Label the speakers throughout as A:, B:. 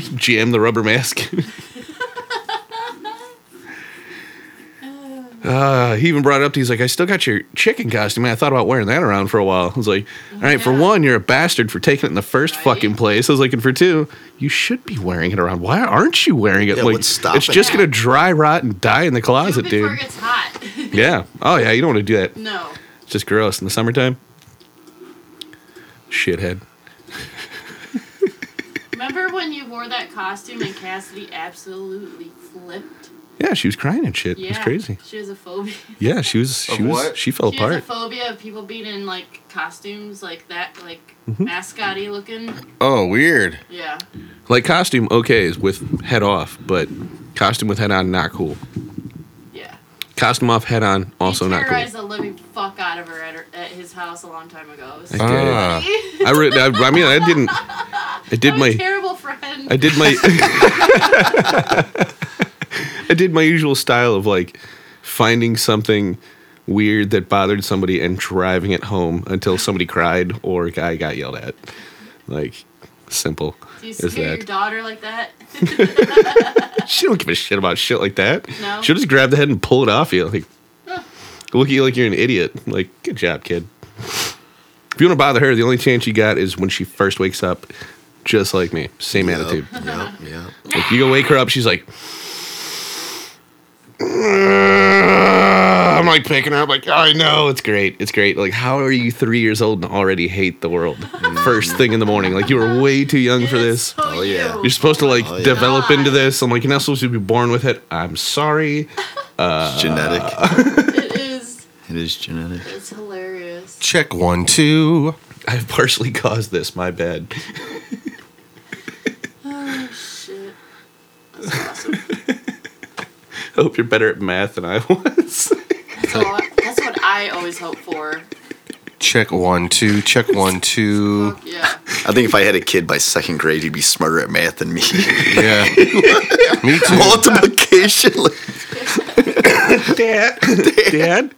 A: jam the rubber mask. Uh, he even brought it up. He's like, I still got your chicken costume. Man, I thought about wearing that around for a while. I was like, all right, for
B: Yeah.
A: one, you're a bastard for taking it in the first
B: Right?
A: fucking place. I was like, and for two, you should be wearing it around. Why aren't you wearing it?
C: Yeah,
A: like,
C: what's stopping
A: it's just
B: you?
A: gonna dry rot and die in the
B: Do it
A: closet,
B: before
A: dude.
B: it gets hot.
A: Yeah. Oh yeah, you don't want to do that.
B: no.
A: It's just gross in the summertime. Shithead.
B: Remember when you wore that costume and Cassidy absolutely flipped?
A: Yeah, she was crying and shit.
B: Yeah.
A: It was crazy.
B: She has a phobia.
A: Yeah, she was. She
C: Of
A: was.
C: what?
A: She fell
B: she has
A: apart.
B: a phobia of people being in like costumes like that, like
A: Mm-hmm.
B: mascot-y looking.
C: Oh, weird.
B: Yeah.
A: like costume, okay, is with head off, but costume with head on, not cool.
B: Yeah.
A: Costume off, head on, also
B: he
A: not cool.
B: terrorized the living fuck out of her at, her, at his house a long time ago. It was
A: I did.
C: Ah.
B: I
A: I, re- I, I mean, I didn't. I did
B: was my
A: my.
B: terrible friend.
A: I did my. I did my usual style of like finding something weird that bothered somebody and driving it home until somebody cried or a guy got yelled at. Like, simple.
B: Do you
A: as
B: scare your
A: that.
B: daughter like that?
A: She don't give a shit about shit like that.
B: No.
A: She'll just grab the head and pull it off you. Like, look at you like you're an idiot. Like, good job, kid. If you want to bother her, the only chance you got is when she first wakes up, just like me. Same
C: Yep,
A: attitude.
C: Yep, yep.
A: Like, you go wake her up, she's like, I'm like picking her up, like, I know, it's great. It's great. Like, how are you three years old and already hate the world? First thing in the morning. Like, you were way too young for
B: It is
A: this.
B: so
C: Oh, yeah.
B: you.
A: You're supposed to like
C: Oh, yeah.
A: develop into
B: God.
A: this. I'm like, you're not supposed to be born with it. I'm sorry.
C: It's genetic.
B: It is.
C: It is genetic.
B: It's hilarious.
C: Check one, two.
A: I've partially caused this. My bad.
B: Oh shit. That's awesome.
A: Hope you're better at math than I was.
B: That's, all, that's what I always hope for.
D: Check one, two. Check one, two.
B: Fuck yeah.
C: I think if I had a kid by second grade, he'd be smarter at math than me.
D: Yeah. Me too.
C: Multiplication.
A: Dad, Dad,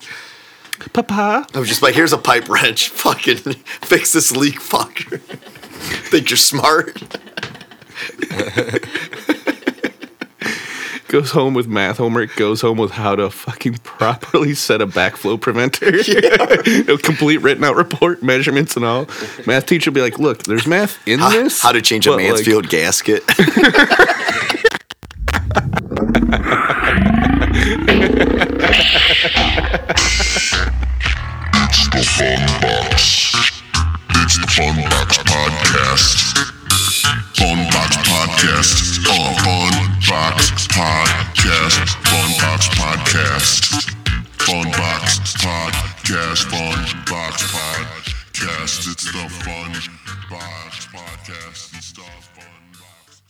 A: Papa.
C: I was just like, here's a pipe wrench. Fucking fix this leak, fucker. Think you're smart?
A: Goes home with math homework. Goes home with how to fucking properly set a backflow preventer. A complete written out report, measurements and all. Math teacher will be like, look, there's math in
C: How,
A: this.
C: how to change a
A: but, like,
C: Mansfield gasket.
E: It's the Fun Box. It's the Fun Box Podcast. Fun Box Podcast. Oh, Fun Box Podcast. Fun Box Podcast. Fun Box Podcast. Fun Box Podcast. It's the Fun Box Podcast. It's the Fun Box.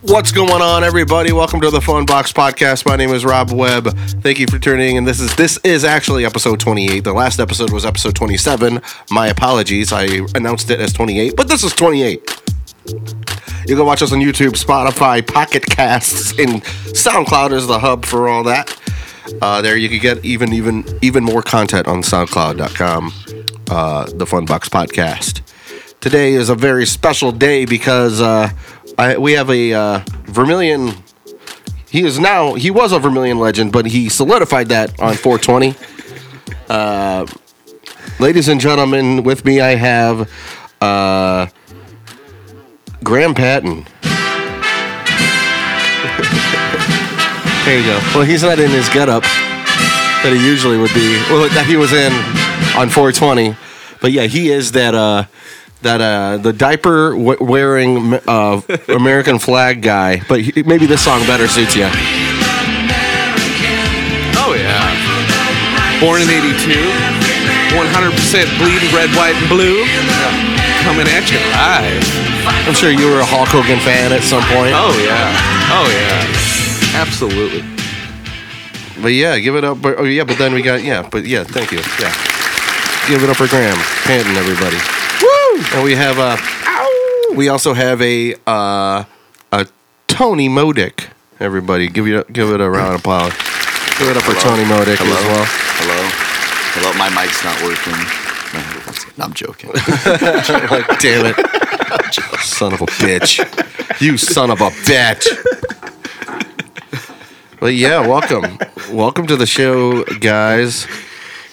D: What's going on, everybody? Welcome to the Phone Box Podcast. My name is Rob Webb. Thank you for tuning in. This is this is actually episode 28. The last episode was episode 27. My apologies. I announced it as 28, but this is 28. You can watch us on YouTube, Spotify, Pocket Casts, and SoundCloud is the hub for all that. Uh, there you can get even even even more content on SoundCloud.com. Uh, the Fun Box Podcast. Today is a very special day because uh, I, we have a uh, Vermilion. He is now he was a Vermilion legend, but he solidified that on 420. Uh, ladies and gentlemen, with me I have uh, Graham Patton. There you go. Well, he's not in his getup that he usually would be. Well, that he was in on 420. But yeah, he is that uh, that uh, the diaper w- wearing uh, American flag guy. But he, maybe this song better suits you.
A: Oh yeah. Born in '82, 100% bleed red, white, and blue. Coming at you live.
D: I'm sure you were a Hulk Hogan fan at some point.
A: Oh yeah. Oh yeah. Absolutely.
D: But yeah, give it up. But, oh yeah, but then we got yeah. But yeah, thank you. Yeah, give it up for Graham Panton, everybody. Woo! And we have uh, we also have a uh, a Tony Modick. Everybody, give you give it a round of applause. Give it up for Tony Modick as well.
C: Hello? Hello, my mic's not working. No, I'm joking.
D: like, damn it. son of a bitch. You son of a bitch. But yeah, welcome. Welcome to the show, guys.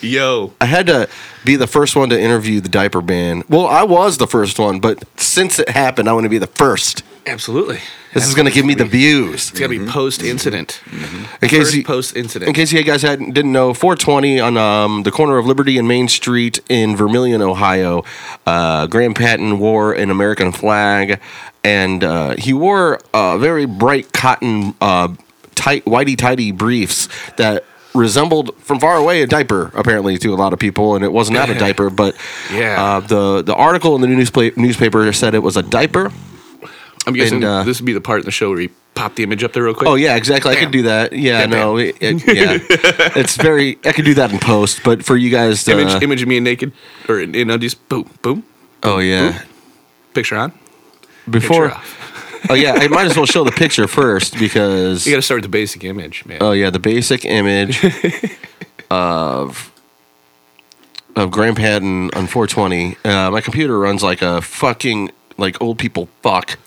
A: Yo,
D: I had to be the first one to interview the diaper ban. Well, I was the first one, but since it happened, I want to be the first.
A: absolutely.
D: This is going to give me the views.
A: It's got to be post incident.
D: In case you,
A: post
D: in
A: incident.
D: case you guys hadn't, didn't know, 420 on um, the corner of Liberty and Main Street in Vermilion, Ohio, uh, Graham Patton wore an American flag, and uh, he wore uh, very bright cotton, uh, tight, whitey tighty briefs that resembled from far away a diaper apparently to a lot of people and it was not a diaper but
A: Yeah.
D: uh, the the article in the newspaper newspaper said it was a diaper
A: I'm guessing
D: and, uh,
A: this would be the part in the show where you pop the image up there real quick.
D: Oh yeah, exactly. I
A: Bam.
D: could do that. Yeah,
A: Bam,
D: no, it- it- yeah. It's very. I could do that in post, but for you guys, uh, to,
A: Image, image of me naked or in, in undies. Boom, boom.
D: Oh yeah.
A: Picture on.
D: Before.
A: Picture off.
D: Oh yeah, I might as well show the picture first because.
A: You got to start with the basic image, man.
D: Oh yeah, the basic image of of Graham Patton on 420. Uh, my computer runs like a fucking like old people fuck.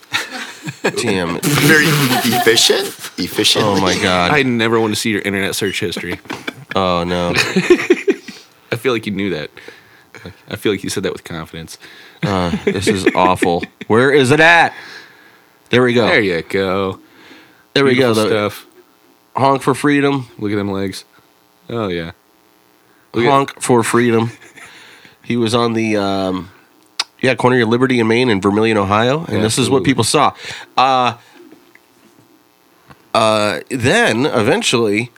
D: Damn. it.
C: Very efficient. Efficient.
D: Oh my god.
A: I never want to see your internet search history.
D: oh no.
A: I feel like you knew that. I feel like you said that with confidence.
D: This is awful. Where is it at? There we go.
A: There you go.
D: there we go.
A: Beautiful
D: The-
A: Stuff.
D: honk for freedom,
A: Look at them legs. Oh yeah. Look at-
D: honk for freedom. He was on the um, yeah corner of Liberty and Maine in Vermilion, Ohio, and this is what
A: Absolutely.
D: people saw. Uh, uh, then eventually,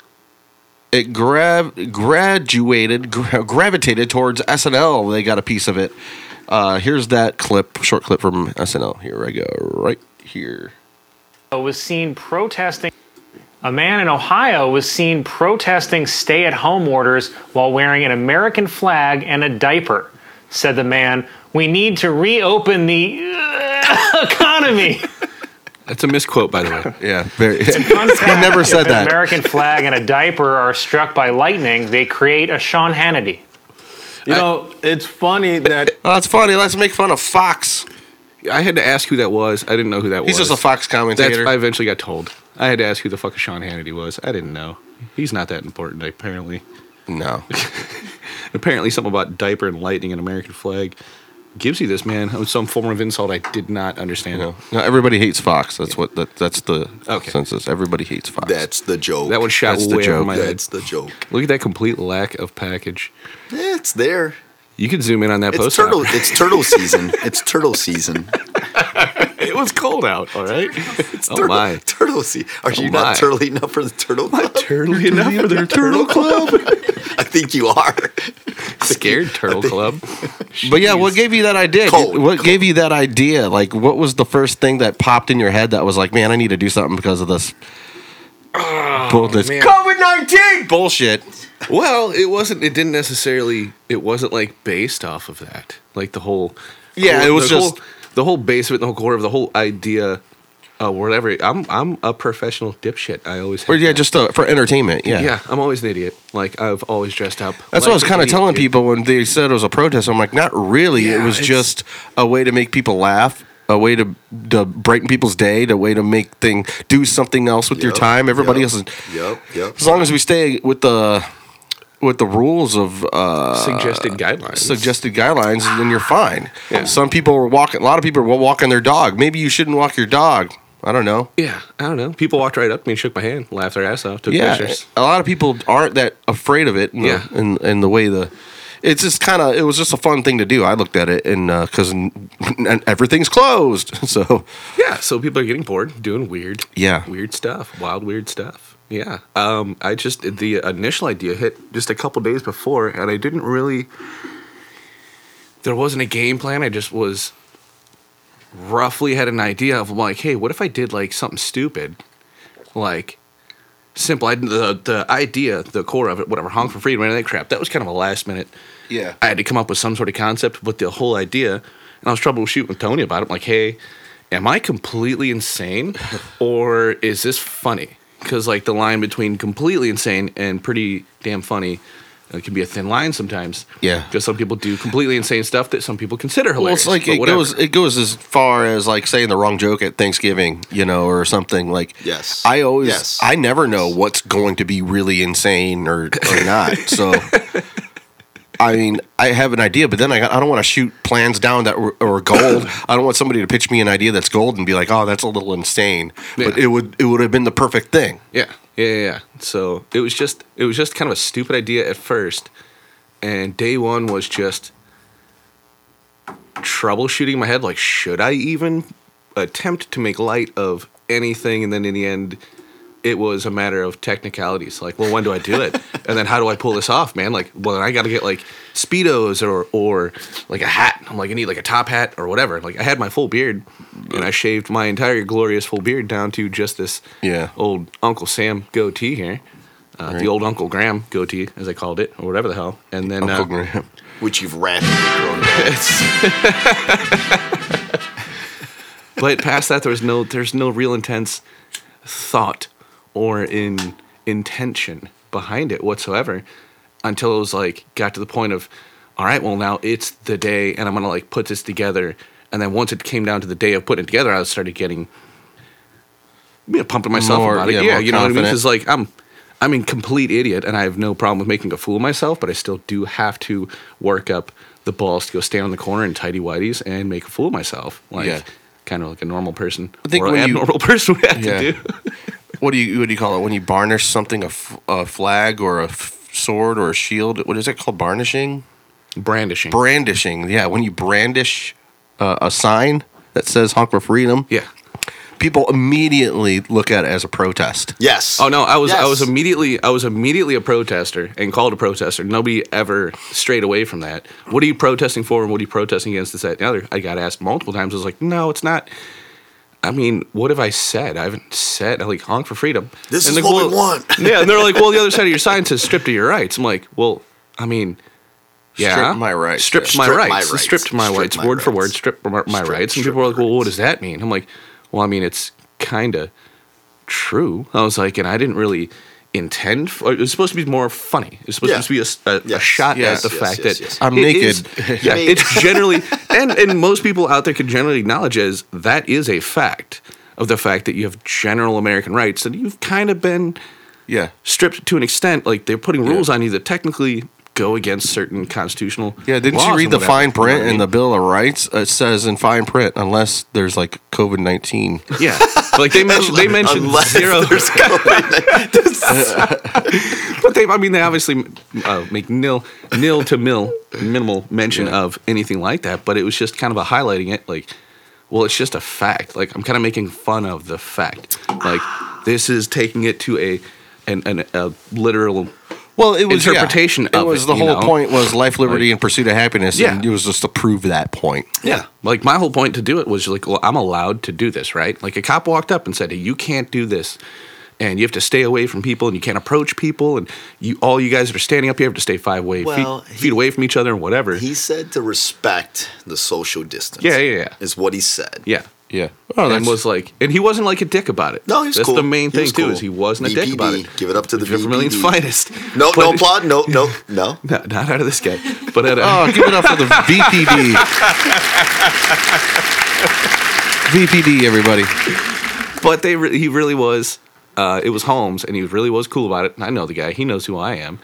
D: it grav- graduated gra- gravitated towards SNL. They got a piece of it. Uh, here's that clip, short clip from SNL. Here I go, right here.
F: was seen protesting. A man in Ohio was seen protesting stay at home orders while wearing an American flag and a diaper. Said the man, We need to reopen the uh, economy.
A: That's a misquote, by the way.
D: Yeah, very.
F: Fun fact,
D: never said
F: if
D: that.
F: An American flag and a diaper are struck by lightning, they create a Sean Hannity.
G: You know, it's funny that
D: oh, it's funny. Let's make fun of Fox.
A: I had to ask who that was. I didn't know who that
D: He's
A: was.
D: just a Fox
A: That's,
D: commentator.
A: I eventually got told. I had to ask who the fuck Sean Hannity was. I didn't know. He's not that important, apparently.
D: no.
A: Apparently, something about diaper and lightning and American flag gives you this, man. It was some form of insult I did not understand.
D: No, no, everybody hates Fox. That's what that, that's the
A: Okay.
D: census. Everybody hates Fox.
C: That's the joke.
A: That one shot
D: That's the
A: way over
D: joke.
A: my head.
C: That's the joke.
A: Look at that complete lack of package.
C: Yeah, it's there.
A: You can zoom in on that
C: It's
A: post.
C: turtle. It's turtle season. It's turtle season.
A: It was cold out. All right.
C: It's
A: Oh,
C: turtle,
A: my.
C: turtle season. Are you
A: Oh, my.
C: not turtle enough for the turtle club?
A: Turtle enough for their turtle club.
C: I think you are.
A: Scared turtle club.
D: But yeah, what gave you that idea?
C: Cold,
D: what gave you that idea? Like, what was the first thing that popped in your head that was like, man, I need to do something because of this? bull- this COVID nineteen bullshit.
A: Well, it wasn't. It didn't necessarily. It wasn't like based off of that. Like the whole.
D: Yeah,
A: core-
D: it was
A: the
D: just-
A: whole- the whole base of it, the whole core of it, the whole idea, uh, whatever. I'm I'm a professional dipshit. I always.
D: Or
A: have
D: yeah,
A: been.
D: just uh, for entertainment. Yeah,
A: yeah. I'm always an idiot. Like I've always dressed up.
D: That's what I was kind of telling people when they said it was a protest. I'm like, not really. it
A: Yeah,
D: was
A: it's-
D: just a way to make people laugh, a way to to brighten people's day, a way to make thing do something else with your
C: Yep,
D: time. Everybody
C: yep,
D: else is
C: Yep. Yep.
D: as long as we stay with the with the rules of uh,
A: Suggested guidelines.
D: suggested guidelines, then you're fine. Some people are walking. A lot of people are walking their dog. Maybe you shouldn't walk your dog. I don't know.
A: Yeah, I don't know. People walked right up to me and shook my hand, laughed their ass off, took
D: Yeah,
A: pictures.
D: a lot of people aren't that afraid of it. In
A: Yeah.
D: the, in, in the way the it's just kind of it was just a fun thing to do. I looked at it and uh, because and everything's closed, so
A: Yeah, so people are getting bored, doing weird,
D: Yeah.
A: weird stuff, wild, weird stuff. Yeah, um, I just the initial idea hit just a couple days before, and I didn't really. There wasn't a game plan. I just was roughly had an idea of like, hey, what if I did like something stupid, like simple. I, the the idea, the core of it, whatever, honk for freedom, any of that crap. That was kind of a last minute.
D: yeah.
A: I had to come up with some sort of concept, but the whole idea, and I was troubleshooting with Tony about it. I'm like, hey, am I completely insane or is this funny? Because, like, the line between completely insane and pretty damn funny, It can be a thin line sometimes.
D: Yeah.
A: Because some people do completely insane stuff that some people consider
D: Well,
A: hilarious.
D: it's like
A: but
D: it
A: whatever.
D: goes it goes as far as like saying the wrong joke at Thanksgiving, you know, or something like.
C: Yes.
D: I always
C: Yes.
D: I never know what's going to be really insane or or not. So. I mean, I have an idea, but then I, I don't want to shoot plans down that were, or gold. I don't want somebody to pitch me an idea that's gold and be like, "Oh, that's a little insane," but
A: Yeah.
D: it would it would have been the perfect thing.
A: Yeah, yeah, yeah. yeah. So it was just it was just kind of a stupid idea at first, and day one was just troubleshooting my head. Like, should I even attempt to make light of anything? And then in the end, it was a matter of technicalities. Like, well, when do I do it? and then how do I pull this off, man? Like, well, I got to get like speedos or or like a hat. I'm like, I need like a top hat or whatever. Like, I had my full beard, and I shaved my entire glorious full beard down to just this
D: Yeah.
A: old Uncle Sam goatee here. Uh, The old Uncle Graham goatee, as I called it, or whatever the hell. And then
D: Uncle
A: uh,
D: Graham.
C: Which you've rapidly grown back.
A: but past that, there was no there's no real intense thought or in intention behind it whatsoever until it was like got to the point of all right well now it's the day and i'm gonna like put this together and then once it came down to the day of putting it together i started getting you know, pumping myself
D: More-
A: about it
D: yeah,
A: yeah,
D: more
A: you know what i mean
D: confident.
A: because like i'm i'm a complete idiot and i have no problem with making a fool of myself but i still do have to work up the balls to go stand on the corner in tidy whities and make a fool of myself like
D: Yeah.
A: kind of like a normal person
D: I think
A: or
D: when you-
A: abnormal person would have
D: Yeah.
A: to do
D: What do you what do you call it when you varnish something a, f- a flag or a f- sword or a shield? What is it called? Varnishing.
A: brandishing.
D: brandishing. Yeah, when you brandish uh, a sign that says "Honk for Freedom,"
A: yeah.
D: people immediately look at it as a protest.
C: Yes.
A: Oh no, I was I
C: Yes.
A: was immediately I was immediately a protester and called a protester. Nobody ever strayed away from that. What are you protesting for and what are you protesting against this that and the other? I got asked multiple times. I was like, no, it's not I mean, what have I said? I haven't said I like honk for freedom.
C: This
A: And they're
C: is what we
A: well-
C: want.
A: yeah, and they're like, Well, the other side of your sign says stripped of your rights. I'm like, Well, I mean, yeah,
D: Strip my rights.
A: Stripped
C: Yeah.
A: my
C: Strip my
A: rights.
C: rights.
A: Stripped my
C: Strip
A: rights.
C: my
A: word for word.
C: rights.
A: Stripped my, my
C: Strip-
A: rights. And
C: strip
A: people are like,
C: my
A: well, what
C: rights.
A: does that mean? I'm like, well, I mean, it's kind of true. I was like, and I didn't really intend. For, it was supposed to be more funny. It's supposed
C: Yeah.
A: to be a, s- a- a
C: Yes.
A: shot
C: Yes,
A: at the
C: yes,
A: fact
C: yes,
A: that
C: yes.
D: I'm
A: it
D: naked.
A: is- yeah,
C: Naked.
A: it's generally and and most people out there can generally acknowledge as that is a fact of the fact that you have general American rights and you've kind of been
D: Yeah,
A: stripped to an extent. Like they're putting rules
D: Yeah.
A: on you that technically go against certain constitutional.
D: yeah. Didn't
A: laws
D: you read
A: and
D: the
A: whatever,
D: fine
A: you know what I
D: print in
A: mean?
D: the Bill of Rights? It says in fine print, unless there's like COVID nineteen.
A: Yeah, like they mentioned, they mentioned
C: Unless
A: zero.
C: there's COVID.
A: But they, I mean, they obviously uh, make nil, nil to mil, minimal mention of anything like that. But it was just kind of a highlighting it, like, well, it's just a fact. Like I'm kind of making fun of the fact. Like this is taking it to a, an, an a literal.
D: Well, it was yeah.
A: Interpretation
D: it
A: of
D: was
A: it,
D: the
A: you
D: whole
A: know?
D: point was life, liberty,
A: Like-
D: and pursuit of happiness.
A: Yeah.
D: and it was just to prove that point.
A: Yeah. Like my whole point to do it was like, well, I'm allowed to do this, right? Like a cop walked up and said, hey, you can't do this. And you have to stay away from people, and you can't approach people, and you all you guys that are standing up. You have to stay five way
C: Well,
A: feet,
C: he-
A: feet away from each other, and whatever.
C: he said to respect the social distance.
A: Yeah, yeah, yeah.
C: Is what he said.
A: yeah,
D: Yeah. Oh,
A: and was like, and he wasn't like a dick about it.
C: No, he was
A: That's
C: cool.
A: the main
C: He
A: thing
C: was
A: too.
C: cool.
A: Is he wasn't a dick
C: VPD.
A: about it.
C: Give it up to the
A: Fifth Vermillion's
C: VPD.
A: finest.
C: No,
A: But-
C: no applaud. No, no, no.
A: No, not out of this guy. But at a,
D: Oh, give it up for the VPD. VPD, everybody.
A: but they re- he really was. Uh, it was Holmes, and he really was cool about it. And I know the guy; he knows who I am,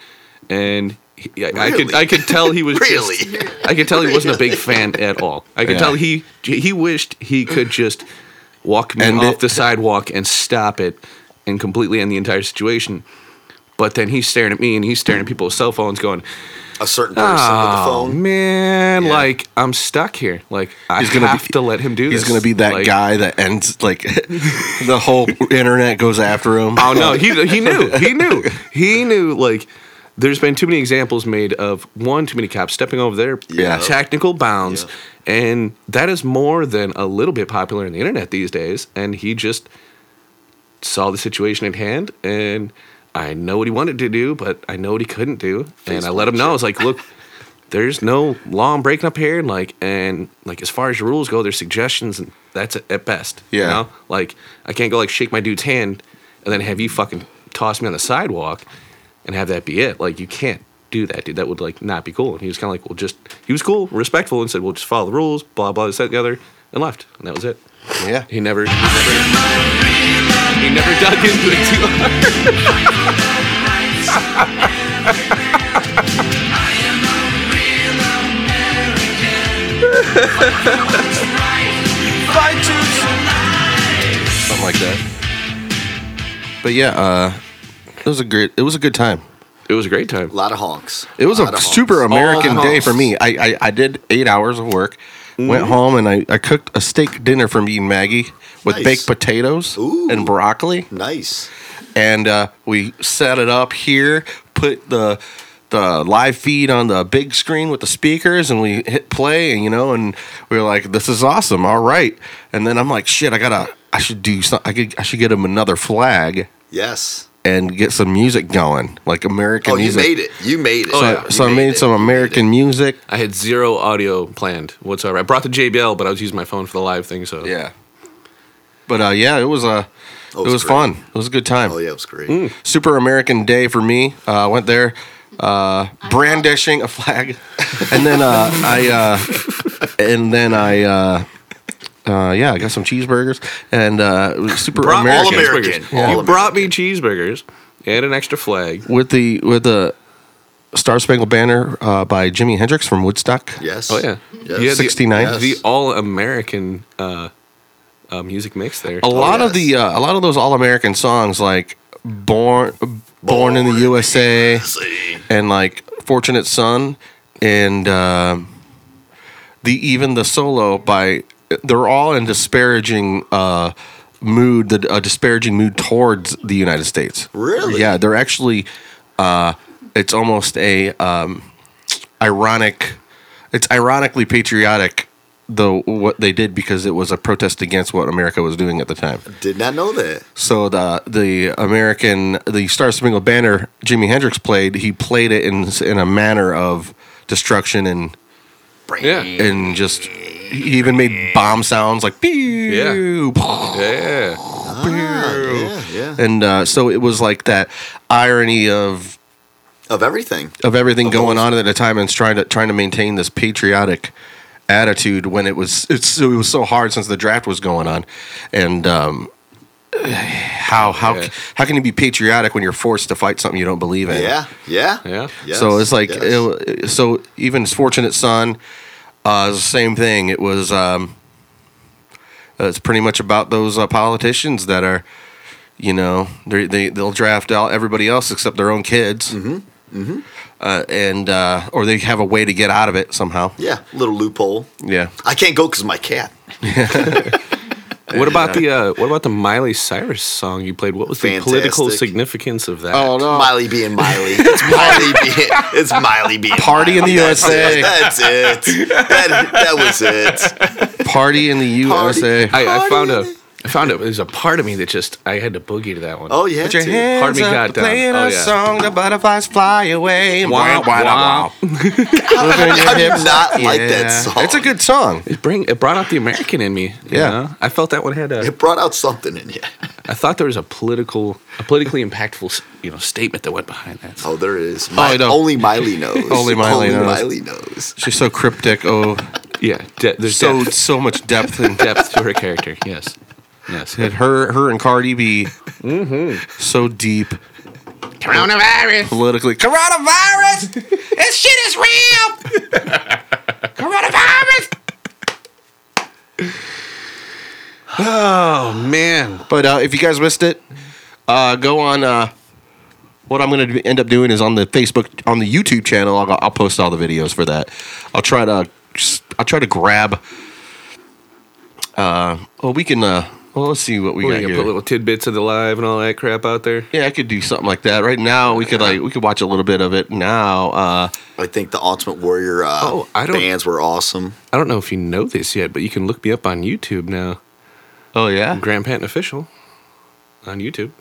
A: and he, I, I could
C: Really?
A: I could tell he was
C: Really?
A: Just, I could tell he wasn't a big fan at all. I could
D: Yeah.
A: tell he he wished he could just walk me
D: End
A: off
D: it.
A: the sidewalk and stop it and completely end the entire situation. But then he's staring at me, and he's staring at people with cell phones, going,
C: A certain person
A: "Oh
C: with the phone.
A: man,
C: Yeah.
A: like I'm stuck here. Like I
D: He's gonna
A: have
D: be-
A: to let him do
D: He's
A: this.
D: gonna be that
A: Like,
D: guy that ends like the whole internet goes after him.
A: Oh no, he he knew. He knew. He knew like there's been too many examples made of one too many cops stepping over their
D: Yeah.
A: technical bounds
C: Yeah.
A: and that is more than a little bit popular in the internet these days and he just saw the situation at hand and I know what he wanted to do but I know what he couldn't do and I let him know I was like look there's no law on breaking up here and like and like as far as your rules go there's suggestions and that's it at best
D: Yeah.
A: you know like i can't go like shake my dude's hand and then have you fucking toss me on the sidewalk and have that be it like you can't do that, dude. That would like not be cool. And he was kind of like, well, just he was cool, respectful, and said, well, just follow the rules, blah blah, this that and the other, and left, and that was it.
D: Yeah.
A: He never, he never, he never dug into it too hard.
D: something like that. But yeah, uh, it was a great. It was a good time.
A: It was a great time.
C: A lot of honks.
D: It was
C: lot
D: a
C: of honks.
D: super American
C: All
D: day
C: honks.
D: for me. I, I, I did eight hours of work, went
C: Mm-hmm.
D: home, and I, I cooked a steak dinner for me and Maggie with
C: Nice.
D: baked potatoes
C: Ooh.
D: and broccoli,
C: Nice.
D: and uh, we set it up here, put the the live feed on the big screen with the speakers, and we hit play, and you know, and we were like, "This is awesome, all right." And then I'm like, "Shit, I gotta, I should do something. I could, I should get him another flag."
C: Yes.
D: and get some music going, like American
C: Oh, you
D: music.
C: made it. You made it.
A: Oh,
D: So,
A: yeah.
D: so I
C: You
D: made
C: it.
D: some American music.
A: I had zero audio planned whatsoever. I brought the JBL, but I was using my phone for the live thing. So
D: Yeah. But uh, yeah, it was
C: Oh,
D: uh,
C: it
D: it
C: was
D: was
C: great.
D: fun. It was a good time.
C: Oh, yeah, it was great.
D: Super American Day for me. Uh, went there, uh, brandishing a flag, and then uh, I uh, and then I uh, uh, yeah, I got some cheeseburgers and uh, it was super
A: Brought
D: American.
A: all
C: American.
A: American.
C: All
A: you
C: American.
A: brought me cheeseburgers and an extra flag.
D: with the with the Star Spangled Banner uh, by Jimi Hendrix from Woodstock.
C: Yes.
A: Oh yeah,
C: Yes.
A: You had the-
D: 69.
A: the, all American uh, uh, music mix there.
D: a lot of
C: yes.
D: the uh, a lot of those all American songs like born, born in the
C: Born
D: USA
C: See.
D: and like Fortunate Son and um the even the solo by they're all in disparaging uh, mood the a disparaging mood towards the United States.
C: Really?
D: Yeah, they're actually uh, it's almost a um, ironic it's ironically patriotic though what they did because it was a protest against what America was doing at the time.
C: Did not know that.
D: So the the American the Star Spangled Banner Jimi Hendrix played he played it in in a manner of destruction and
A: yeah,
D: and just he even made bomb sounds like pew
A: yeah.
C: Yeah, yeah.
D: and uh, so it was like that irony of
C: Of everything.
D: of everything going on at the time and trying to trying to maintain this patriotic attitude when it was it's so it was so hard since the draft was going on and um how how
A: Yeah.
D: how can you be patriotic when you're forced to fight something you don't believe in
C: Yeah, yeah.
A: Yeah.
C: Yes,
D: so it's like
C: yes.
D: it, so even his fortunate son uh is the same thing it was um uh, it's pretty much about those uh, politicians that are you know they they they'll draft out everybody else except their own kids mm-hmm. Mm-hmm. Uh, and uh, or they have a way to get out of it somehow
C: yeah, little loophole.
D: yeah
C: I can't go because my cat.
A: What about the uh, what about the Miley Cyrus song you played? What was the political
C: Fantastic. Oh.
A: significance of that?
D: Oh,
C: Miley being Miley. It's Miley being. It's Miley being.
D: party in the
C: Miley.
D: USA
C: That's it. That, that was it.
D: party in the USA
A: I, I found a I found it. There's a part of me that just I had to boogie to that one.
C: Oh yeah.
D: Put your
C: dude.
A: Pardon
D: hands
A: me,
D: up,
A: God, down.
D: playing
A: Oh,
D: a
A: yeah.
D: song, the butterflies fly away.
A: Wah, wah.
D: Moving your
C: I do
D: hips.
C: not like that song.
D: It's a good song.
A: It bring it brought out the American in me. you
D: Yeah.
A: know? I felt that one had a.
C: It brought out something in you.
A: I thought there was a political, a politically impactful, you know, statement that went behind that.
C: Oh, there it is. My,
D: I know.
C: Only Miley knows.
D: Only Miley knows.
C: Miley knows.
D: She's so cryptic. Oh,
A: Yeah, de- there's
D: so
A: depth,
D: so much depth and
A: depth to her character. Yes, yes.
D: that her her and Cardi B Mm-hmm. so deep. Coronavirus politically coronavirus. this shit is real. coronavirus.
A: Oh man,
D: But uh, if you guys missed it, uh, go on. Uh, what I'm going to end up doing is on the Facebook, on the YouTube channel. I'll, I'll post all the videos for that. I'll try to, I'll try to grab. Uh, well, we can. Uh, well, let's see what we
A: we're
D: got
A: gonna
D: here.
A: put little tidbits of the live and all that crap out there.
D: yeah, I could do something like that. Right now, we could like we could watch a little bit of it now. Uh,
C: I think the Ultimate Warrior uh,
A: Oh, I don't-
C: bands were awesome.
A: I don't know if you know this yet, but you can look me up on YouTube now.
D: oh yeah,
A: Grand Patent Official on YouTube.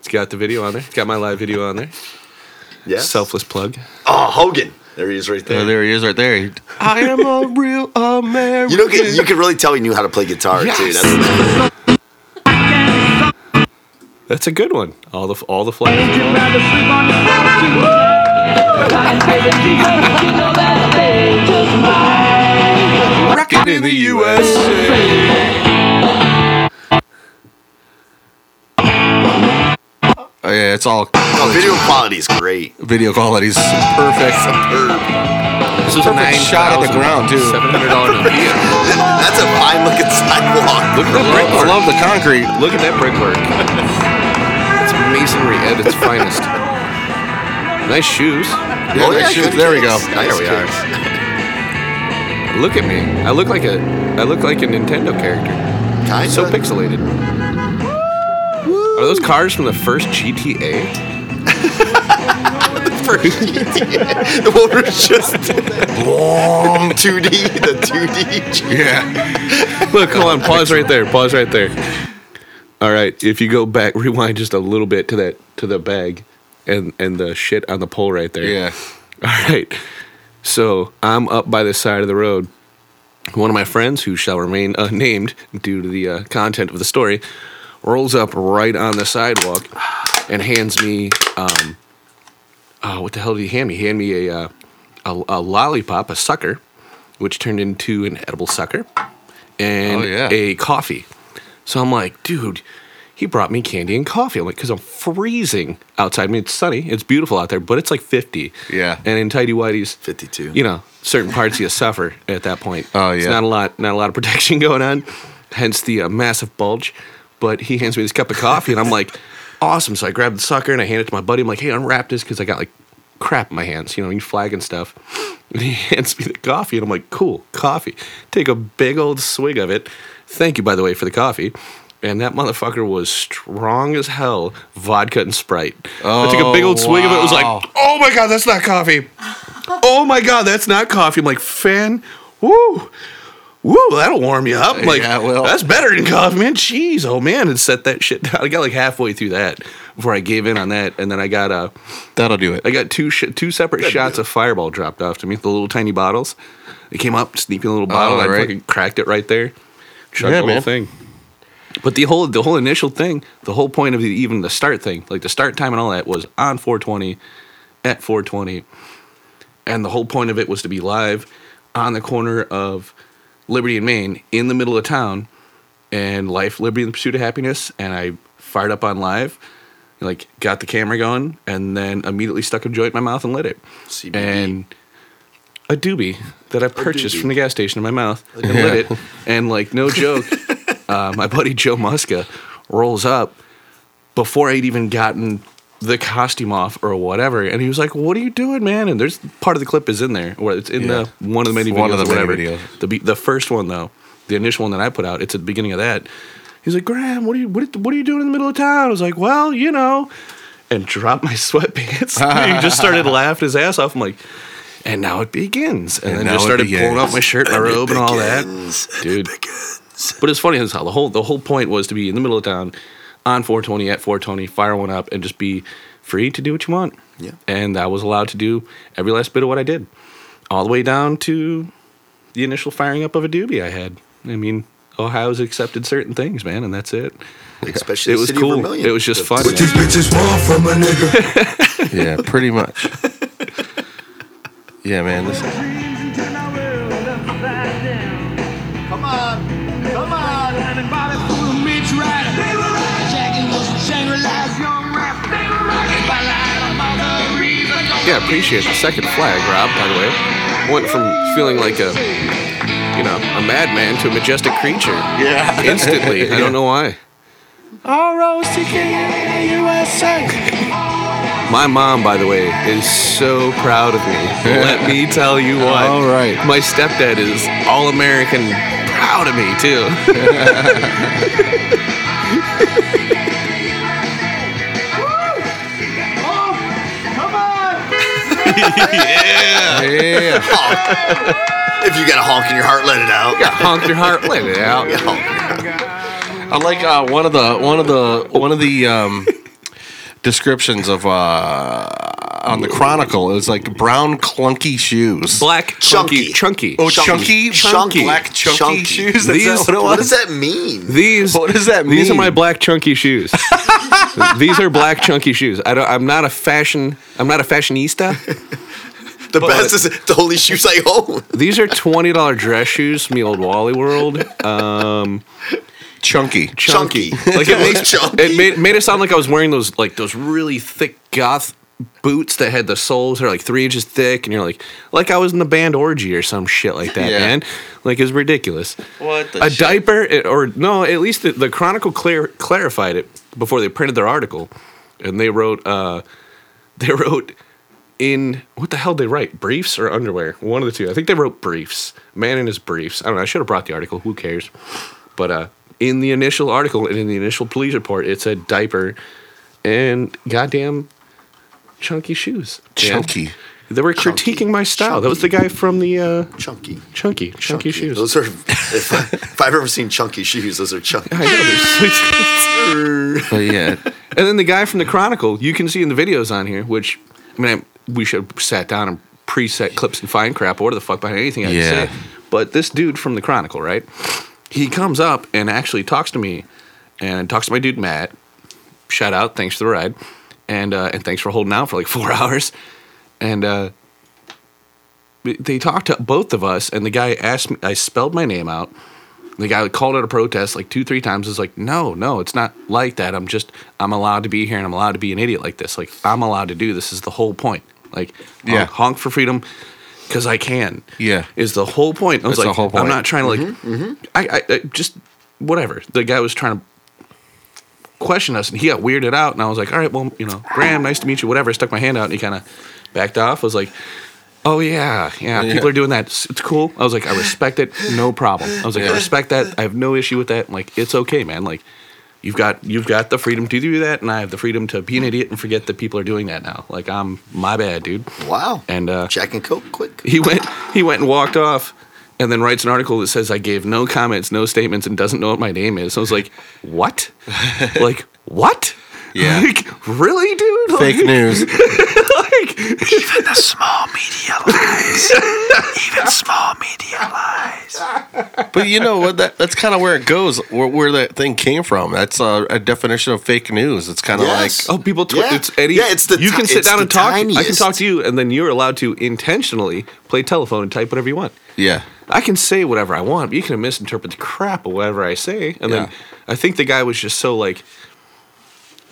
A: It's got the video on there. It's got my live video on there.
C: Yeah.
A: Selfless plug.
C: Oh, Hogan. There he is, right there.
D: Oh, there he is, right there. I am a real American.
C: You know, you could really tell he knew how to play guitar too. That's,
A: That's a good one. All the all the flags.
D: Rocket in the USA. Oh, yeah, it's all
C: Oh, video quality is great.
D: video quality's perfect.
C: Superb.
A: This was
D: Perfect shot at the ground, too.
A: Seven hundred dollars.
C: That's a fine looking sidewalk.
A: Look at the
D: I
A: brickwork.
D: love the concrete.
A: Look at that brickwork. it's masonry at its finest. Nice shoes.
D: Yeah, nice shoes.
C: Oh, good
D: There we
C: kicks.
D: go.
C: Nice
A: There we are.
C: kicks.
A: Look at me. I look like a I look like a Nintendo character.
C: Kinda.
A: So pixelated. Are those cars from the first GTA?
C: the one where it's just long 2D, the 2D.
D: Yeah.
A: Look, hold on. Pause right there. Pause right there. All right. If you go back, rewind just a little bit to that to the bag, and and the shit on the pole right there.
D: Yeah.
A: All right. So I'm up by the side of the road. One of my friends, who shall remain unnamed due to the uh, content of the story, rolls up right on the sidewalk and hands me, um, oh, what the hell did he hand me? He handed me a, uh, a, a lollipop, a sucker, which turned into an edible sucker, and
D: Oh, yeah.
A: a coffee. So I'm like, dude, he brought me candy and coffee. I'm like, because I'm freezing outside. I mean, it's sunny, it's beautiful out there, but it's like 50.
D: Yeah.
A: And in tidy whities,
C: 52.
A: you know, certain parts you suffer at that point.
D: Oh,
A: It's
D: yeah.
A: not a lot, not a lot of protection going on, hence the uh, massive bulge. But he hands me this cup of coffee, and I'm like, awesome. So I grab the sucker and I hand it to my buddy. I'm like, hey, unwrap this because I got like crap in my hands, you know, you flag and stuff. And he hands me the coffee, and I'm like, cool, coffee. Take a big old swig of it. Thank you, by the way, for the coffee. And that motherfucker was strong as hell, vodka and Sprite. I took a big old swig of it. It was like,
D: wow.
A: oh my god, that's not coffee oh my god, that's not coffee. I'm like, fan, woo, woo, that'll warm you up. I'm like,
D: Yeah, it will.
A: that's better than coffee, man. Jeez, oh man, and set that shit down. I got like halfway through that before I gave in on that, and then I got uh,
D: That'll do
A: I
D: it.
A: got two sh- two separate shots of Fireball dropped off to me, the little tiny bottles. They came up, sneaking a little bottle,
D: Oh,
A: and I
D: right.
A: fucking cracked it right there. Chugged
D: Yeah,
A: the whole
D: man.
A: thing. But the whole the whole initial thing, the whole point of the, even the start thing, like the start time and all that, was on 420, at 420, and the whole point of it was to be live on the corner of Liberty and Maine in the middle of town, and life, liberty, and the pursuit of happiness. And I fired up on live, like got the camera going, and then immediately stuck a joint in my mouth and lit it.
C: CBD.
A: And a doobie that I purchased
C: doobie.
A: from the gas station in my mouth and lit it. And like no joke, uh, my buddy Joe Muska rolls up before I'd even gotten the costume off or whatever, and he was like, "What are you doing, man?" And there's part of the clip is in there, or it's in
D: Yeah.
A: the one of the many
D: One
A: videos,
D: of
A: or
D: the many
A: whatever.
D: videos.
A: The be- the first one though, the initial one that I put out, it's at the beginning of that. He's like, "Graham, what are you what, are- what are you doing in the middle of town?" I was like, "Well, you know," and dropped my sweatpants. he just started laughing his ass off. I'm like. And now it begins. And,
D: And
A: then
D: now
A: just
D: it
A: started pulling
D: begins.
A: off my shirt, my robe, and all that.
C: Begins.
A: Dude. But it's funny as hell. The whole the whole point was to be in the middle of town, on 420 at 420, fire one up, and just be free to do what you want.
C: Yeah.
A: And I was allowed to do every last bit of what I did, all the way down to the initial firing up of a doobie I had. I mean, Ohio's accepted certain things, man, and that's it.
C: Especially
A: it
C: the
A: was
C: city
A: cool.
C: of Vermillion.
A: It was just
C: The-
A: fun.
E: What these bitches want from a nigga?
D: Yeah, pretty much. Yeah, man. Listen.
C: Come on. Come on.
A: Yeah, appreciate the second flag, Rob. By the way, went from feeling like a you know a madman to a majestic creature. Yeah, instantly. I don't know why. My mom, by the way, is so proud of me. Let me tell you what.
D: All right.
A: My stepdad is all American, proud of me too.
D: Yeah.
C: If you got a honk in your heart, let it out.
A: yeah, honk your heart, let it out.
D: I like uh, one of the one of the one of the um, descriptions of uh, on the Chronicle. It was like brown clunky shoes.
A: Black
C: Chunky.
A: chunky chunky.
D: Oh, chunky,
C: Chunky.
D: black chunky,
C: Chunky.
D: shoes. That's
A: These-
D: what it
C: What
D: was.
C: does that mean?
A: These
D: What does that
A: These are
D: mean?
A: my black chunky shoes. these are black chunky shoes. I don't, I'm not a fashion. I'm not a fashionista.
C: The best is the only shoes I own.
A: These are twenty dollar dress shoes from the old Wally World. Um,
D: Chunky.
C: Chunky.
A: like it makes
C: Chunky.
A: it made, made it sound like I was wearing those like those really thick goth boots that had the soles that are like three inches thick, and you're like like I was in the band orgy or some shit like that,
D: Yeah.
A: man. Like it was ridiculous.
D: What the
A: a diaper it- or no at least the, the chronicle clar- clarified it before they printed their article and they wrote uh they wrote in what the hell did they write briefs or underwear one of the two i think they wrote briefs man in his briefs i don't know i should have brought the article who cares but uh in the initial article and in the initial police report it said diaper and goddamn chunky shoes And
D: Chunky.
A: they were critiquing my style that was the guy from the uh
C: Chunky.
A: chunky chunky, shoes
C: Those are if, I, if I've ever seen chunky shoes, those are chunky.
A: I know, they're so-
D: But yeah,
A: And then the guy from the Chronicle, you can see in the videos on here, which I mean, I, we should have sat down and preset clips and find crap or the fuck behind anything I
D: Yeah.
A: can say. But this dude from the Chronicle, right? He comes up and actually talks to me, and talks to my dude Matt. Shout out, thanks for the ride, and uh, and thanks for holding out for like four hours. And uh, they talked to both of us, and the guy asked me. I spelled my name out. The guy called it a protest like two, three times. Is like, no, no, it's not like that. I'm just, I'm allowed to be here, and I'm allowed to be an idiot like this. Like, I'm allowed to do this. Is the whole point. Like, honk,
D: Yeah.
A: honk for freedom, because I can.
D: Yeah.
A: is the whole point. I was
D: That's the
A: like,
D: whole point.
A: I'm not trying to like, I, I, I just whatever. The guy was trying to question us, and he got weirded out. And I was like, all right, well, you know, Graham, nice to meet you. Whatever. I stuck my hand out, and he kind of backed off. Was like. Oh yeah, yeah. People are doing that. It's it's cool. I was like, I respect it. No problem. I was like, I respect that. I have no issue with that. I'm like, it's okay, man. Like, you've got you've got the freedom to do that, and I have the freedom to be an idiot and forget that people are doing that now. Like, I'm my bad, dude.
C: Wow.
A: And uh,
C: Jack and Coke, quick.
A: he went he went and walked off, and then writes an article that says I gave no comments, no statements, and doesn't know what my name is. I was like, what? like what?
D: Yeah.
A: Like really, dude?
D: fake
A: Like-
D: news.
A: like,
D: But you know what? That, that's kind of where it goes. Where, where that thing came from. That's a, a definition of fake news. It's kind of
C: Yes.
D: like
A: Oh, people. Tw-
C: Yeah.
A: It's Eddie.
C: Yeah, it's the
A: You
C: ti-
A: can sit
C: it's
A: down
C: the
A: and talk. I can
C: tiniest.
A: talk to you, and then you're allowed to intentionally play telephone and type whatever you want.
D: yeah,
A: I can say whatever I want, but you can misinterpret the crap of whatever I say. And
D: Yeah.
A: then I think the guy was just so like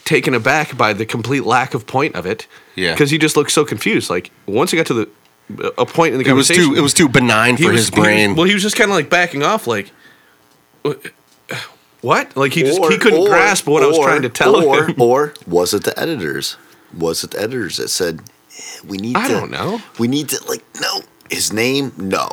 A: taken aback by the complete lack of point of it.
D: Yeah.
A: Because he just looked so confused. Like once he got to the a point in the
D: it was
A: conversation,
D: too it was too benign
A: he
D: for
A: was-
D: his
A: he was-
D: brain.
A: well, he was just kind of like backing off, like. "Wh- What? Like he just
C: Or-
A: he couldn't
C: or-
A: grasp what I was
C: or-
A: trying to tell
C: or,
A: him.
C: Or was it the editors? Was it the editors that said eh, we need?
A: I
C: to,
A: don't know.
C: We need to like no. His name no.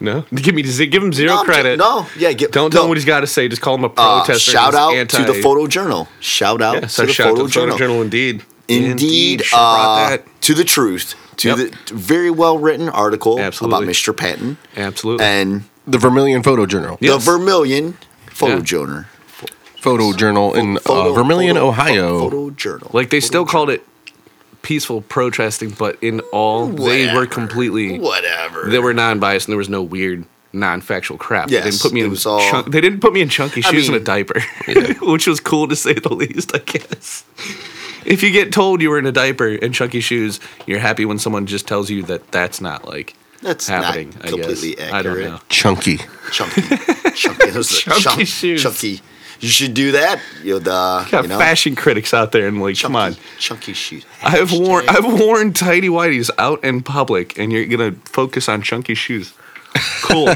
A: No, give me give him zero
C: No, I'm ju-
A: credit.
C: No, yeah. Get,
A: Don't
C: no.
A: tell him what he's got to say. Just call him a
C: Uh,
A: protester.
C: shout
A: and
C: out
A: anti-
C: to the photojournal. Shout out
A: Yes, I
C: to the
A: shout out to the
C: photojournal.
A: photojournal. Indeed,
C: Indeed,
A: should have brought
C: uh, to the truth. To
A: Yep.
C: the to very well written article
A: Absolutely.
C: about Mr. Patton
A: that. Absolutely.
C: and
D: the Vermilion Photo Journal,
A: Yes. Uh,
C: the Vermilion photojournal.
D: Photo Journal in uh,
C: Photo-
D: Vermilion,
C: photo-
D: Ohio.
C: Photojournal.
A: like they still called it peaceful protesting, but in all they were
C: Whatever.
A: completely
C: whatever.
A: they were non-biased and there was no weird non-factual crap.
C: Yes,
A: they didn't put me
C: it
A: in
C: was all-
A: chunk- they didn't put me in chunky
C: I
A: shoes
C: mean-
A: and a diaper, which was cool to say the least, I guess. If you get told you were in a diaper and chunky shoes, you're happy when someone just tells you that that's not like
C: That's not
A: happening. I
C: completely
A: guess. I
C: accurate.
A: don't know.
D: Chunky.
C: chunky, chunky, those are
A: Chunky
C: chunk-
A: shoes.
C: Chunky. You should do that. You know, the,
A: Got
C: you know
A: fashion critics out there and like,
C: chunky,
A: come on.
C: chunky shoes.
A: I've worn
C: Hashtag-
A: I've worn tidy whities out in public, and you're gonna focus on chunky shoes. Cool,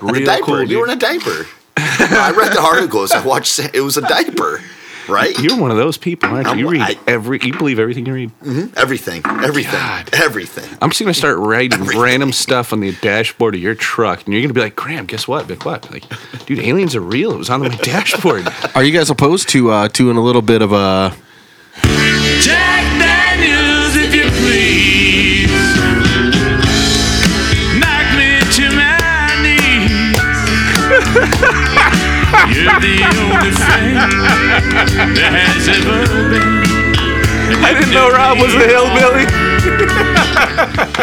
A: real
C: diaper.
A: cool.
C: you were
A: dude.
C: in a diaper. I read the articles. I watched. It was a diaper, right?
A: You're one of those people, aren't you?
C: I'm-
A: You read
C: I-
A: every, you believe everything you read.
C: everything, everything,
A: God.
C: everything.
A: I'm just gonna start writing random stuff on the dashboard of your truck, and you're gonna be like, "Graham, guess what? Like what? Like, dude, aliens are real. It was on my dashboard."
D: Are you guys opposed to uh, to in a little bit of a
H: Jack Daniels, if you please. Knock me to my knees. You're the only thing that has ever been.
A: I didn't know Rob was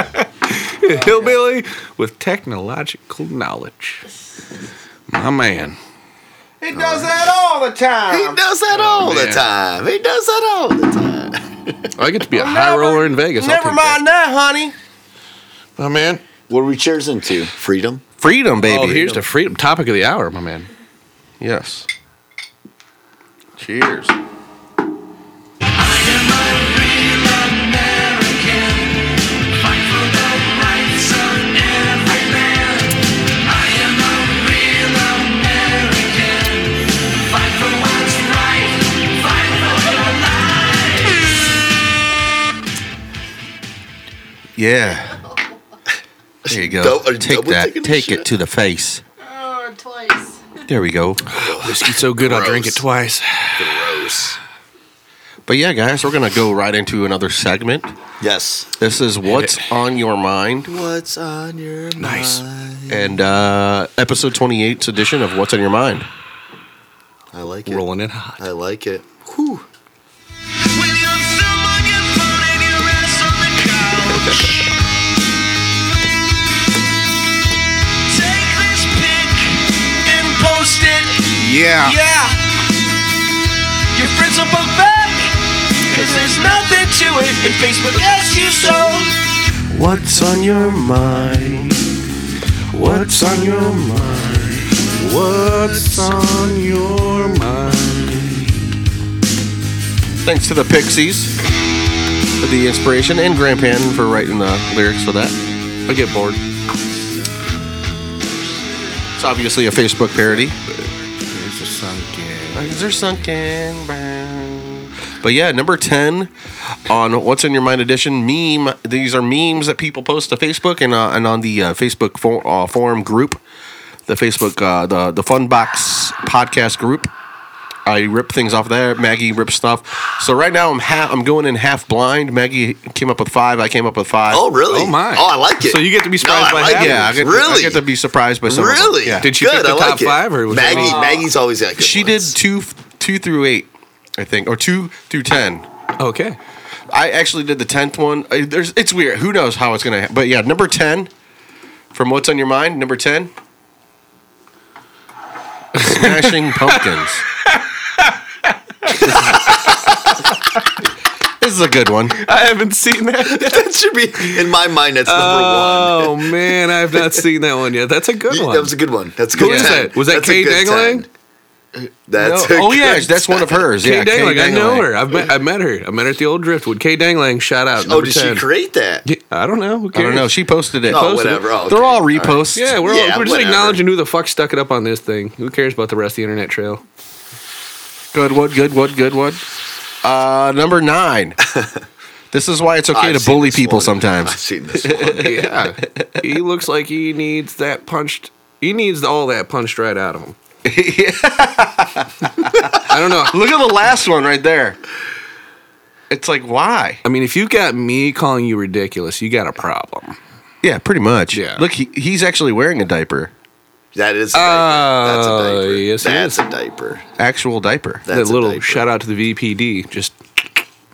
A: a hillbilly. Hillbilly with technological knowledge. My man.
D: He does that all the
C: He
D: time.
C: does that all the
A: Oh, man.
C: time. He does that all the time.
A: I get to be a high
D: never-
A: roller in Vegas. I'll
D: Never
A: take that.
D: mind that, honey.
A: my man.
C: What are we cheers into? Freedom.
D: Freedom, baby.
A: Oh, here's the freedom topic of the hour, my man.
D: yes. Cheers. Yeah. There you go.
C: Dou- are you
D: Take
C: double
D: that.
C: taking a
D: Take it
C: shit?
D: to the face.
B: Oh, twice.
D: There we go.
A: Whiskey's so good, I'll drink it
C: Gross.
A: twice.
C: Gross.
D: But yeah, guys, we're gonna go right into another segment.
C: Yes.
D: This is what's on your mind,
C: What's on your mind?
A: Nice.
D: and uh, episode 28's edition of what's on your mind.
C: I like it.
A: Rolling it hot.
C: I like it. Whew.
D: Yeah. What's on your mind? What's on your mind?
A: What's on your mind?
D: Thanks to the Pixies for the inspiration and Grandpan for writing the lyrics for that.
A: I get bored.
D: It's obviously a Facebook parody.
A: Here's a sunken.
D: Eyes are sunken. brown. But yeah, number 10 on What's in Your Mind Edition meme. These are memes that people post to Facebook and, uh, and on the uh, Facebook for, uh, forum group, the Facebook, uh, the, the Fun Box podcast group. I rip things off there. Maggie rips stuff. So right now I'm ha- I'm going in half blind. Maggie came up with five. I came up with five.
C: Oh, really?
A: Oh, my.
C: Oh, I like it.
A: So you get to be surprised
C: no,
A: by
C: I like
A: having
C: it.
D: yeah, I get,
C: really?
D: to, I get to be surprised by some. of them.
C: really?
D: Yeah.
A: Did she
C: Good,
A: pick the
C: I like
A: top
C: it.
A: five, or was it
C: Maggie?
A: all-
C: Maggie's always got good
D: She did
C: ones.
D: two two through eight, I think, or two through ten.
A: Okay.
D: I actually did the tenth one. I- There's, it's weird. Who knows how it's gonna? ha- But yeah, number ten from what's on your mind. Number ten, smashing pumpkins. this is a good one.
A: I haven't seen that.
C: that should be in my mind. That's number
A: Oh man, I have not seen that one yet. That's a good
C: one.
A: one.
C: That was a good one. That's a
A: Who
C: good.
A: is
C: 10.
A: that? Was that
C: That's
A: Kay
C: a good
A: Dangling?
C: 10. That's
D: No.
C: a
D: Oh
C: good
D: yeah, that's one of hers.
A: Kay
D: yeah, Kay
A: Dangling, I know
D: Dangling.
A: her. I've met, I met her. I met her at the old Driftwood. Kay Dangling, shout out.
C: Oh,
A: number
C: did
A: 10.
C: she create that?
A: Yeah, I don't know. Who
D: I
A: cares?
D: don't know. She posted it.
C: Oh,
D: Posted it.
C: whatever. Oh,
D: They're
C: okay.
D: all
C: All right.
D: reposts.
A: Yeah, we're, all-
C: Yeah,
A: we're just
C: whatever.
A: acknowledging who the fuck stuck it up on this thing. Who cares about the rest of the internet trail?
D: Good one, good one, good one. Uh, number nine. this is why it's okay
C: I've
D: to
C: seen
D: bully
C: this
D: people
C: one.
D: sometimes.
C: I've seen this one.
A: Yeah, he looks like he needs that punched. He needs all that punched right out of him. I don't know.
D: Look at the last one right there. It's like why?
A: I mean, if you've got me calling you ridiculous, you got a problem.
D: Yeah, pretty much.
A: Yeah.
D: Look, he, he's actually wearing a diaper,
C: That is a diaper.
A: Oh,
C: that's a diaper.
A: yes, it
C: that's
A: is.
C: a diaper.
D: actual diaper.
A: That
C: That's a
A: little
C: diaper.
A: shout out to the VPD. Just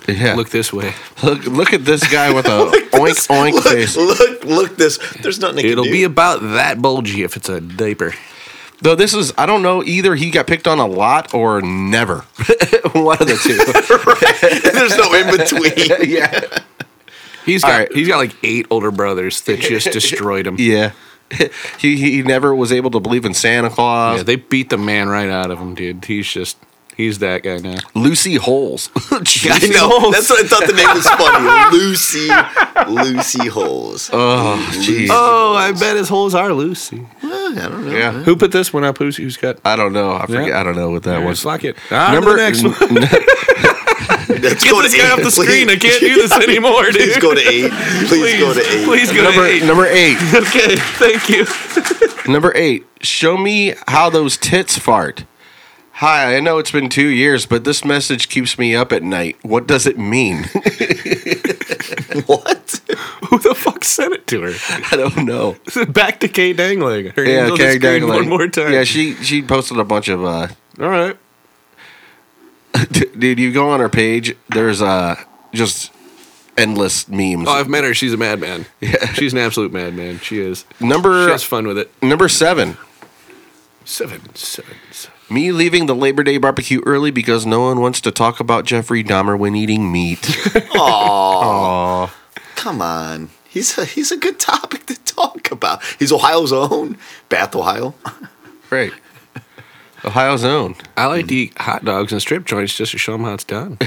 D: Yeah.
A: look this way.
D: look, look at this guy with a oink oink
C: Look,
D: face.
C: look, look! This there's nothing. they can
A: It'll
C: do.
A: be about that bulgy if it's a diaper.
D: Though this is, I don't know either. He got picked on a lot or never. One of the
C: There's no in between.
D: two. yeah.
A: He's got
D: right.
A: he's got like eight older brothers that just destroyed him.
D: Yeah. he he never was able to believe in Santa Claus.
A: Yeah, they beat the man right out of him, dude. He's just he's that guy now.
D: Lucy Holes.
C: I know. That's what I thought the name was funny. Lucy, Lucy Holes.
D: Oh,
C: Lucy
D: jeez.
A: Oh, I
C: Holes.
A: bet his holes are Lucy.
C: I don't know.
D: Yeah.
A: Who put this one up? Who's who's got?
D: I don't know. I forget.
A: Yeah.
D: I don't know what that was.
A: Fuck it. Number the next one.
C: Let's
A: Get
C: go
A: this
C: to
A: guy
C: eight,
A: off the
C: please.
A: screen. I can't do this anymore, dude.
C: Please go to eight. Please, go to eight.
A: Please go
D: number
A: to eight.
D: number eight.
A: Okay, thank you.
D: number eight. Show me how those tits fart. Hi, I know it's been two years, but this message keeps me up at night. What does it mean?
C: What?
A: Who the fuck sent it to her?
D: I don't know.
A: Back to Kay Dangling. Her name's on the
D: Karen
A: screen
D: Dangling.
A: One more time.
D: Yeah, she she posted a bunch of uh,
A: All right.
D: dude. You go on her page. There's uh just endless memes.
A: Oh, I've met her. She's a madman. Yeah, she's an absolute madman. She is.
D: Number-
A: she has fun with it.
D: Number seven,
A: Seven, seven, seven.
D: me leaving the Labor Day barbecue early because no one wants to talk about Jeffrey Dahmer when eating meat.
C: Come on. He's a, he's a good topic to talk about. He's Ohio's own. Bath, Ohio.
D: right. Ohio's own.
A: I like to eat hot dogs and strip joints just to show them how it's done.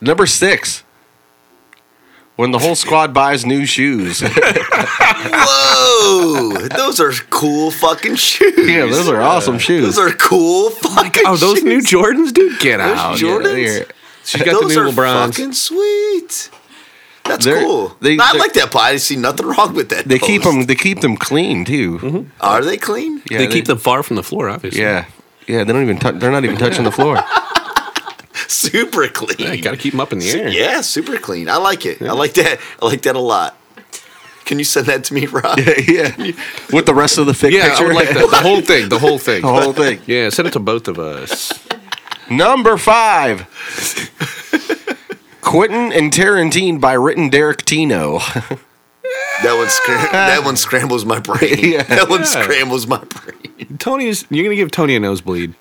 D: Number six, when the whole squad buys new shoes.
C: Whoa! Those are cool fucking shoes.
D: yeah, those are awesome shoes.
C: Those are cool fucking
A: oh, those
C: shoes.
A: new Jordans, dude, get out!
C: Jordans?
D: They're-
A: She's got
C: those
A: the new
C: are
A: LeBrons.
C: fucking sweet. That's
D: They're-
C: cool.
D: they-
C: I
D: they're-
C: like that pie. I see nothing wrong with that.
D: They keep
C: post.
D: them. They keep them clean too.
C: Are they clean?
D: Yeah,
A: Mm-hmm. they, keep them far from the floor, obviously.
D: Yeah, yeah. They don't even. Touch, they're not even touching the floor.
C: Super
A: yeah
C: clean.
A: got to keep them up in the air.
C: Yeah, super clean. I like it. I like that. I like that a lot. Can you send that to me, Rob?
D: yeah, with the rest of the fake
A: Yeah, I
D: picture.
A: would like that. The whole thing. The whole thing.
D: the whole thing.
A: Yeah, send it to both of us.
D: Number five. Quentin and Tarantine by written Derek Tino.
C: That one, scram- that one scrambles my brain.
D: Yeah.
C: That one
A: Yeah.
C: scrambles my brain.
A: Tony's. You're gonna give Tony a nosebleed.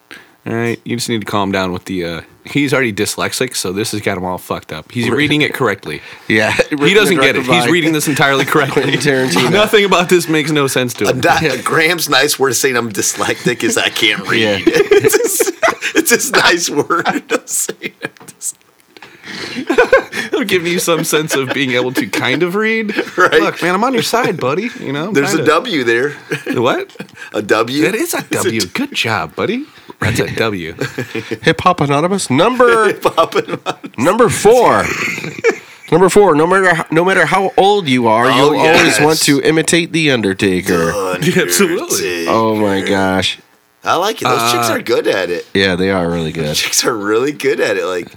A: All right, you just need to calm down with the. Uh, he's already dyslexic, so this has got him all fucked up. He's reading it correctly.
D: yeah,
A: He doesn't get it. He's reading this entirely correctly.
D: Quentin Tarantino.
A: Nothing about this makes no sense to
C: I'm
A: him.
C: not, Graham's nice word of saying I'm dyslexic is I can't read.
D: Yeah.
C: it's, his, it's his nice word of saying I'm dyslexic.
A: I'm giving you some sense of being able to kind of read.
C: Right.
A: Look, man, I'm on your side, buddy. You know,
C: There's a W there.
A: W. What?
C: A W.
A: That is a W. Good job, buddy. That's a W.
D: Hip Hop Anonymous number number four. number four. No matter no matter how old you are,
C: Oh,
D: you'll
C: yes.
D: always want to imitate the Undertaker.
A: Absolutely.
D: Oh my gosh!
C: I like it. Those
D: Uh,
C: chicks are good at it.
D: Yeah, they are really good.
C: Chicks are really good at it. Like,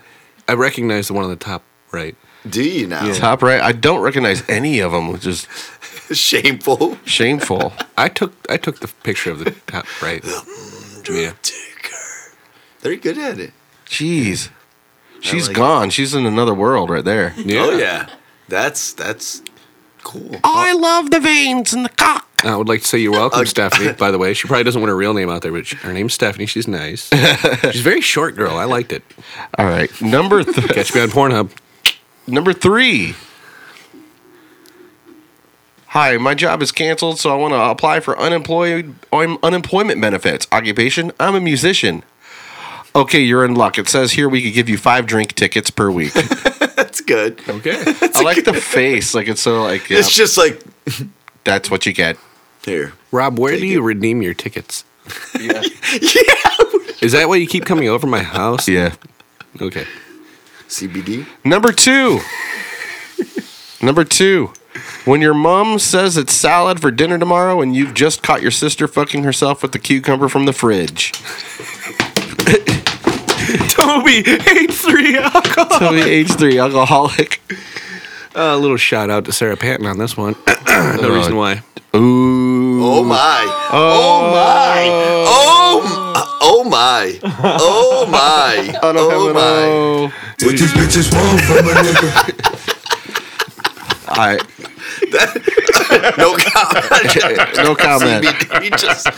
A: I recognize the one on the top right.
C: do you now?
D: Top right. I don't recognize any of them, which is
C: Shameful.
D: shameful.
A: I took I took the picture of the top right. Yeah.
C: They're good at it.
D: Jeez, she's
C: like-
D: gone. She's in another world right there.
A: yeah.
C: Oh yeah. That's that's cool.
D: I love the veins and the cock.
A: I would like to say you're
C: Uh,
A: welcome, Stephanie. By the way, she probably doesn't want her real name out there, but she, her name's Stephanie. She's nice. She's a very short girl. I liked it.
D: All right, number th-
A: Catch me on Pornhub.
D: number three. Hi, my job is canceled, so I want to apply for unemployed un- unemployment benefits. Occupation: I'm a musician. Okay, you're in luck. It says here we could give you five drink tickets per week.
C: That's good.
A: Okay.
D: I like the face, like it's so like yeah,
C: It's just like
D: that's what you get.
C: here.
A: Rob, where do
C: Take
A: you redeem your tickets?
C: Yeah.
A: Is that why you keep coming over my house?
D: Yeah.
A: Okay.
C: CBD.
D: Number two. Number two. When your mom says it's salad for dinner tomorrow and you've just caught your sister fucking herself with the cucumber from the fridge.
A: Toby, eight three alcohol.
D: Toby, age three, alcoholic.
A: A
C: oh.
A: little shout out to Sarah Patton on this one. no reason why.
D: Ooh.
C: Oh my. Oh my. Oh oh my. Oh my.
D: I don't have
C: Oh
D: an
C: my.
D: O.
E: What these bitches want from a nigga?
D: I,
C: No comment.
D: no comment.
C: We just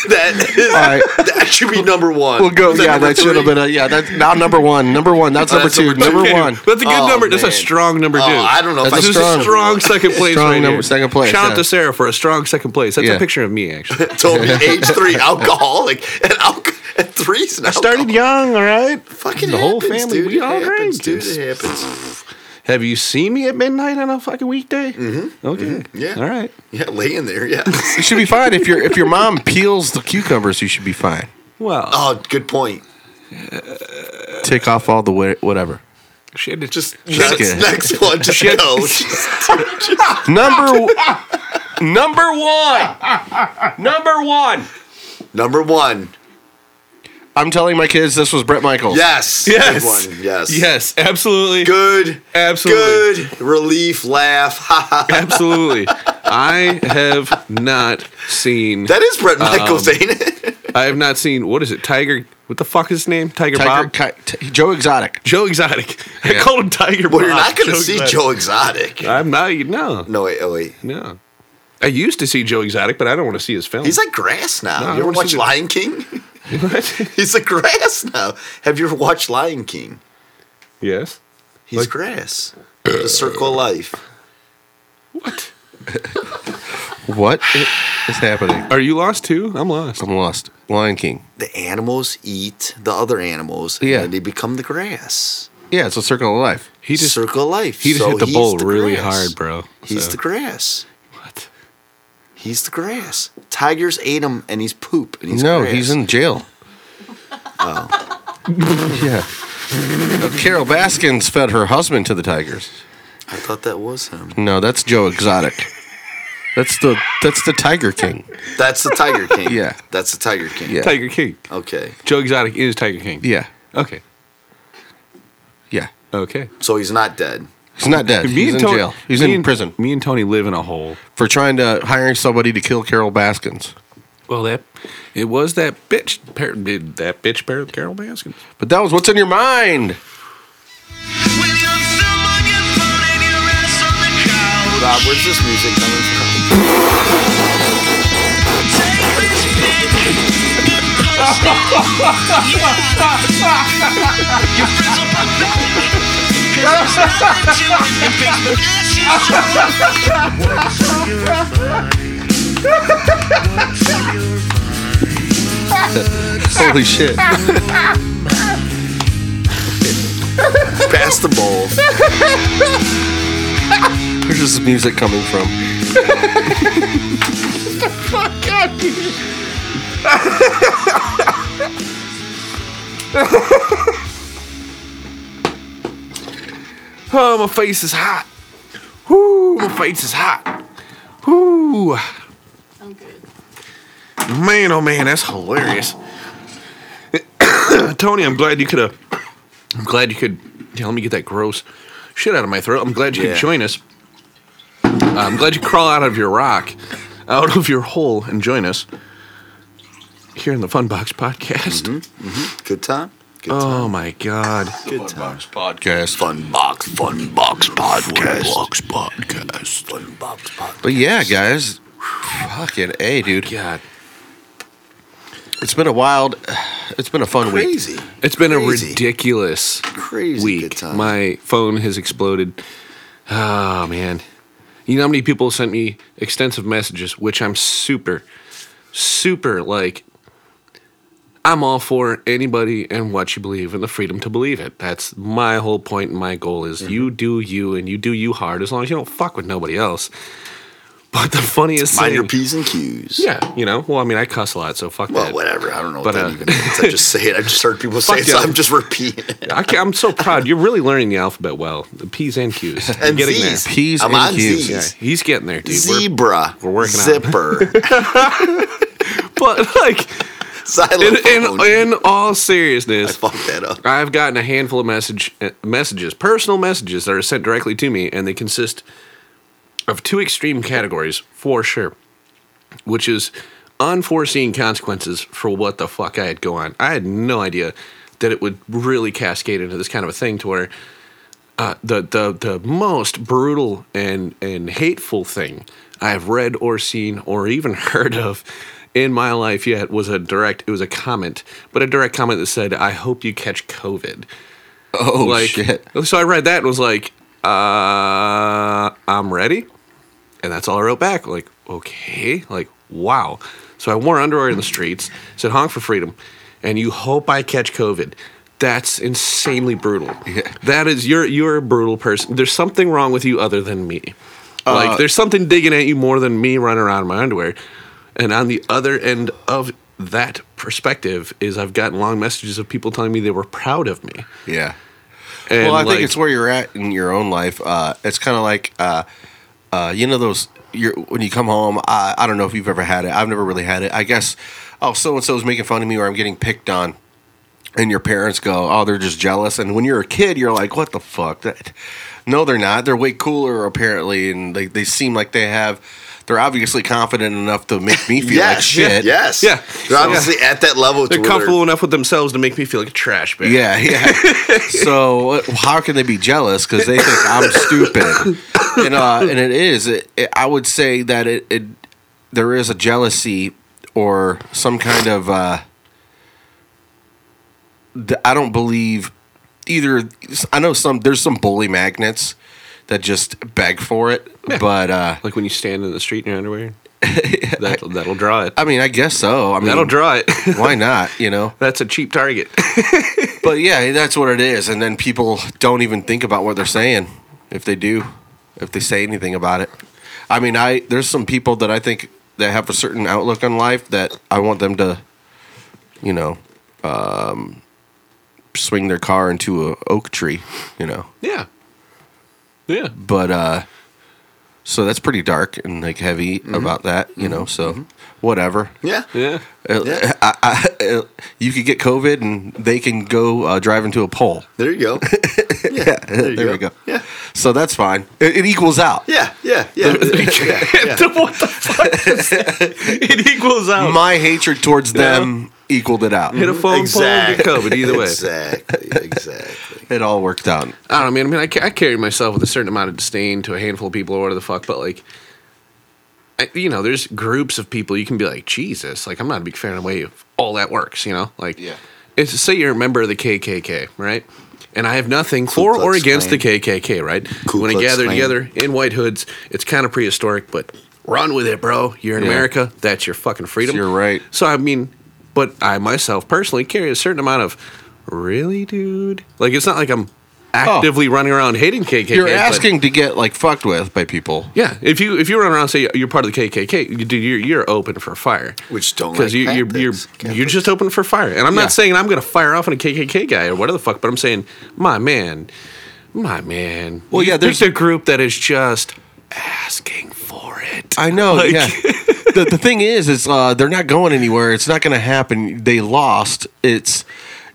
C: that is,
D: All right.
C: that should be number one.
D: We'll go.
C: Is that
D: Yeah,
C: number
D: that should have
C: three?
D: been a. Yeah, that's not number one. Number one. That's number
C: that's
D: two.
C: number two.
D: Number
A: Okay,
D: one.
A: That's a good
C: Oh,
A: number. That's a
C: man.
A: strong number,
C: Oh,
A: dude.
C: I don't know if
D: That's
C: I
A: This
D: a
A: is a strong second place
D: Strong
A: right
D: number-
A: here.
D: second place,
A: Shout
D: yeah.
A: out to Sarah for a strong second place. That's
D: Yeah.
A: a picture of me, actually.
C: told me age three alcoholic and alcohol and three's an I
A: Started young, all right?
C: Fucking
A: the whole
C: happens,
A: family,
C: Dude.
A: we
C: it
A: all
C: happens,
A: drank.
C: dude. It happens.
A: Have you seen me at midnight on a fucking weekday? Mm-hmm. Okay.
C: Yeah.
A: All right.
C: Yeah, laying there. Yeah.
D: You should be fine if your if your mom peels the cucumbers. You should be fine.
A: Well,
C: oh, good point.
D: Take off all the wa- whatever.
A: she had to just.
C: Next,
D: kidding.
C: next one. Just go.
D: Number number one. Number one.
C: Number one.
D: I'm telling my kids this was Brett Michaels.
C: Yes.
A: Yes.
C: Good one. Yes.
A: Yes, absolutely.
C: Good.
A: Absolutely.
C: Good relief laugh. Ha ha.
A: Absolutely. I have not seen. Um,
C: That is Brett Michaels, ain't it?
A: I have not seen. What is it? Tiger what the fuck is his name? Tiger,
D: Tiger,
A: Bob?
D: Ki- T- Joe Exotic.
A: Joe Exotic. I called him Tiger Bob.
C: Well, you're not going to see
A: Exotic.
C: Joe Exotic.
A: I'm not. No,
C: No, wait, oh, wait.
A: no. I used to see Joe Exotic, but I don't want to see his film.
C: He's like grass now.
A: No, I
C: you ever
A: wanna
C: watch
A: see the-
C: Lion King?
A: What?
C: He's like grass now. Have you ever watched Lion King?
A: yes.
C: He's
A: Like-
C: grass. the circle of life.
A: What?
D: What i- is happening?
A: Are you lost too? I'm lost.
D: I'm lost. Lion King.
C: The animals eat the other animals, and
D: Yeah.
C: then they become the grass.
D: Yeah, it's a circle of life.
A: He just
C: circle of life.
A: he just
C: So
A: hit the
C: he's
A: bull really
C: grass.
A: hard, bro.
C: He's
A: So-
C: the grass.
A: what?
C: He's the grass. Tigers ate him, and he's poop. And he's
D: no,
C: grass.
D: he's in jail. Oh. yeah. Carol Baskins fed her husband to the tigers.
C: I thought that was him.
D: No, that's Joe Exotic. That's the that's the Tiger King.
C: That's the Tiger King.
D: Yeah.
C: that's the Tiger King.
D: Yeah.
A: Tiger King.
C: Okay,
A: Joe Exotic is Tiger King.
D: Yeah.
A: Okay.
D: Yeah.
A: Okay.
C: so he's not dead.
D: He's not dead. He's in
A: Tony-
D: jail. He's
A: me
D: in
A: and-
D: prison
A: Me and Tony live in a hole.
D: for trying to hiring somebody to kill Carol Baskins.
A: Well, that it was that bitch. Par- did that bitch Par- Carol Baskin?
D: But that was what's in your mind.
C: Rob, where's this music coming from?
D: Holy shit.
C: Pass the bowl.
D: Where's this music coming from?
A: Oh, my face is hot. Whoo, my face is hot. Whoo,
B: I'm good.
A: man, oh man, that's hilarious. Tony, I'm glad you could. Uh, I'm glad you could. Yeah, let me get that gross shit out of my throat. I'm glad you
C: Yeah.
A: could join us. Uh, I'm glad you crawl out of your rock, out of your hole, and join us here in the Funbox Podcast.
C: Good time. Good time.
A: Oh my God.
C: Mm-hmm. Good time.
D: Podcast.
C: Fun box. Fun box podcast. Fun box podcast. Fun box podcast.
D: But yeah, guys. Fucking A, dude.
A: God.
D: It's been a wild it's been a fun week.
C: Crazy.
A: It's been
C: Crazy.
A: a ridiculous
C: Crazy good
A: week.
C: time.
A: My phone has exploded. Oh man. You know how many people sent me extensive messages, which I'm super, super like I'm all for anybody and what you believe and the freedom to believe it. That's my whole point and my goal is
C: Mm-hmm.
A: you do you and you do you hard as long as you don't fuck with nobody else. But the funniest
C: Mind
A: thing
C: your p's and q's.
A: Yeah, you know. Well, I mean, I cuss a lot, so fuck
C: Well,
A: that.
C: whatever. I don't know
A: But,
C: what that
A: uh,
C: even means. I just say it. I just heard people say
A: Fuck
C: it, so
A: yeah.
C: I'm just repeating it.
A: I can, I'm so proud. You're really learning the alphabet well. The P's and Q's. You're
C: And
A: getting
C: Z's.
A: there.
D: P's
C: I'm
D: and
C: on
D: Q's.
A: Yeah,
C: Z's.
A: he's getting there, dude. We're-
C: Zebra.
A: we're working on it.
C: Zipper.
A: but like, in,
C: Xylophone.
A: in, in all
C: I
A: seriousness,
C: fucked that up.
A: I've gotten a handful of message uh, messages, personal messages that are sent directly to me, and they consist of two extreme categories for sure, which is unforeseen consequences for what the fuck I had going on. I had no idea that it would really cascade into this kind of a thing to where uh, the the the most brutal and and hateful thing I have read or seen or even heard of in my life yet was a direct it was a comment, but a direct comment that said, "I hope you catch COVID."
D: Oh
A: like,
D: shit.
A: so I read that and was like, uh, I'm ready. And that's all I wrote back. Like, okay, like, wow. So I wore underwear in the streets, said honk for freedom, and you hope I catch COVID. That's insanely brutal. That is you're you're a brutal person. There's something wrong with you other than me.
D: Uh,
A: like there's something digging at you more than me running around in my underwear. And on the other end of that perspective is I've gotten long messages of people telling me they were proud of me.
D: Yeah.
A: And
D: well, I
A: like-
D: think it's where you're at in your own life. Uh, it's kind of like, uh, uh, you know, those you're, when you come home. I, I don't know if you've ever had it. I've never really had it. I guess, oh, so and so is making fun of me, or I'm getting picked on, and your parents go, oh, they're just jealous. And when you're a kid, you're like, what the fuck? That, no, they're not. They're way cooler apparently, and they, they seem like they have. They're obviously confident enough to make me feel like
C: yes.
D: shit.
C: Yes.
A: Yeah.
C: They're obviously at that level. to
A: They're
C: where
A: comfortable enough with themselves to make me feel like a trash bag.
D: Yeah, yeah. so uh, how can they be jealous? Because they think I'm stupid, and uh, and it is. It, it, I would say that it, it there is a jealousy or some kind of. Uh, th- I don't believe either. I know some. There's some bully magnets that just beg for it, but uh,
A: Like when you stand in the street in your underwear. That that'll draw it.
D: I mean, I guess so. I mean,
A: That'll draw it.
D: Why not? You know.
A: That's a cheap target.
D: But yeah, that's what it is. And then people don't even think about what they're saying if they do, if they say anything about it. I mean, I there's some people that I think that have a certain outlook on life that I want them to, you know, um, swing their car into a oak tree, you know.
A: yeah. Yeah.
D: But uh, so that's pretty dark and like heavy about that, you know. So whatever.
C: Mm-hmm. Yeah.
A: Yeah.
C: Yeah.
D: I, I, uh, you could get COVID and they can go uh, drive into a pole.
C: There you go. Yeah.
D: there, we go.
C: Yeah.
D: So that's fine. It, it equals out.
C: Yeah. Yeah. Yeah. yeah, yeah.
A: what the fuck? Is that? It equals out.
D: My hatred towards them equaled it out.
A: Hit a phone
C: Exactly.
A: pole and get COVID either way.
C: Exactly. Exactly.
D: It all worked out.
A: I don't know, man. I mean, I, ca- I carry myself with a certain amount of disdain to a handful of people or whatever the fuck, but like, I, you know, there's groups of people you can be like, Jesus, like, I'm not a big fan of the way all that works, you know? Like,
D: Yeah.
A: It's, say you're a member of the KKK, right? And I have nothing for or
C: Klux
A: against
C: Klan.
A: the KKK, right?
C: Ku
A: when I
C: Klux
A: gather
C: Klan.
A: together in white hoods, it's kind of prehistoric, but run with it, bro. You're in America. That's your fucking freedom.
D: You're right.
A: So I mean, but I myself personally carry a certain amount of really, dude. Like it's not like I'm actively running around hating KKK.
D: Oh. You're
A: but-
D: asking to get like fucked with by people.
A: yeah, if you if you run around and say you're part of the KKK, you- dude, you're you're open for fire.
C: Which don't
A: Because
C: like
A: you, you're you're
C: tactics. Can't
A: you're
C: fix
A: just open for fire, and I'm
D: Yeah.
A: not saying I'm gonna fire off on a KKK guy or whatever the fuck, but I'm saying, my man, my man.
D: Well,
A: you
D: yeah, there's-
A: picked a group that is just asking for it.
D: I know. yeah. the, the thing is, is uh, they're not going anywhere. It's not going to happen. They lost. It's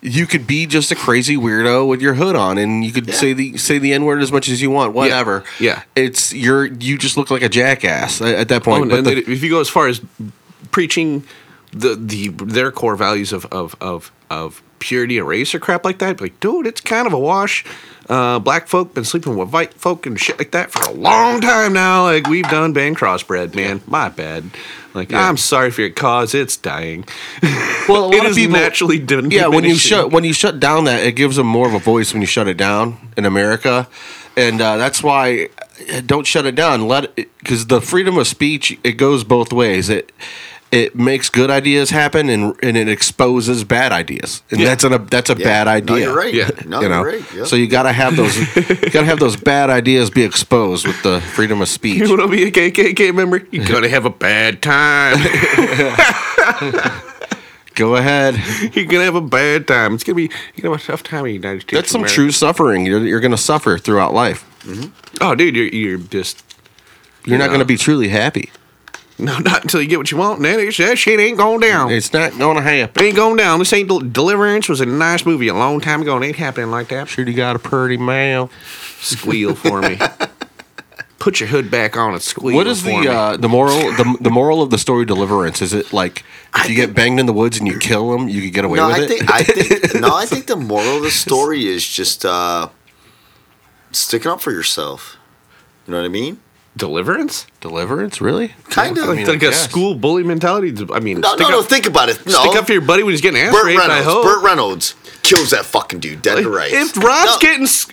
D: you could be just a crazy weirdo with your hood on, and you could say the say the n word as much as you want. Whatever.
A: Yeah.
D: It's you're you just look like a jackass at, at that point.
A: Oh,
D: But
A: and
D: the-
A: they- if you go as far as preaching the the their core values of of of, of purity and race or crap like that, like dude, it's kind of a wash. Uh, black folk been sleeping with white folk and shit like that for a long time now. Like we've done banned crossbred, man. My bad. Like I'm sorry for your cause. It's dying.
D: well, a lot
A: It
D: of
A: is
D: people-
A: naturally dim-
D: Yeah, when you
A: diminishing.
D: shut when you shut down that, it gives them more of a voice when you shut it down in America, and uh, that's why uh, don't shut it down. Let because the freedom of speech it goes both ways. It it makes good ideas happen and and it exposes bad ideas, and that's an, a that's a bad idea.
C: No, you're right.
A: Yeah.
C: No,
D: you
C: you
D: know,
C: are right. Yeah.
D: so you gotta have those you gotta have those bad ideas be exposed with the freedom of speech.
A: You want to be a KKK member? You're gonna have a bad time.
D: Go ahead.
A: You're gonna have a bad time. It's gonna be you're gonna have a tough time in the United States.
D: That's
A: of
D: some
A: America.
D: true suffering. You're, you're gonna suffer throughout life.
A: Oh, dude, you're you're just
D: You're not
A: Yeah.
D: gonna be truly happy.
A: No, not until you get what you want. and That, is, that shit ain't going down.
D: It's not gonna happen.
A: ain't going down. This ain't Del- Deliverance was a nice movie a long time ago, and it ain't happening like that.
D: Sure, you got a pretty mouth.
A: Squeal for me. Put your hood back on and squeal.
D: What is the
A: for me.
D: uh, the moral the, the moral of the story Deliverance? Is it like if you get banged in the woods and you kill them, you could get away
C: no,
D: with
C: I
D: it?
C: think I think no, I think the moral of the story is just uh, sticking up for yourself. You know what I mean?
A: Deliverance?
D: Deliverance, really?
C: Kind of.
D: I mean,
A: It's like
D: I
A: a
D: guess.
A: school bully mentality. I mean,
C: no,
A: stick
C: no, no.
A: up,
C: Think about it. No,
A: stick up for your buddy when he's getting ass
C: Burt
A: raped. I
C: Reynolds.
A: hope.
C: Burt Reynolds kills that fucking dude dead to rights.
A: If Rob's
C: No,
A: getting s-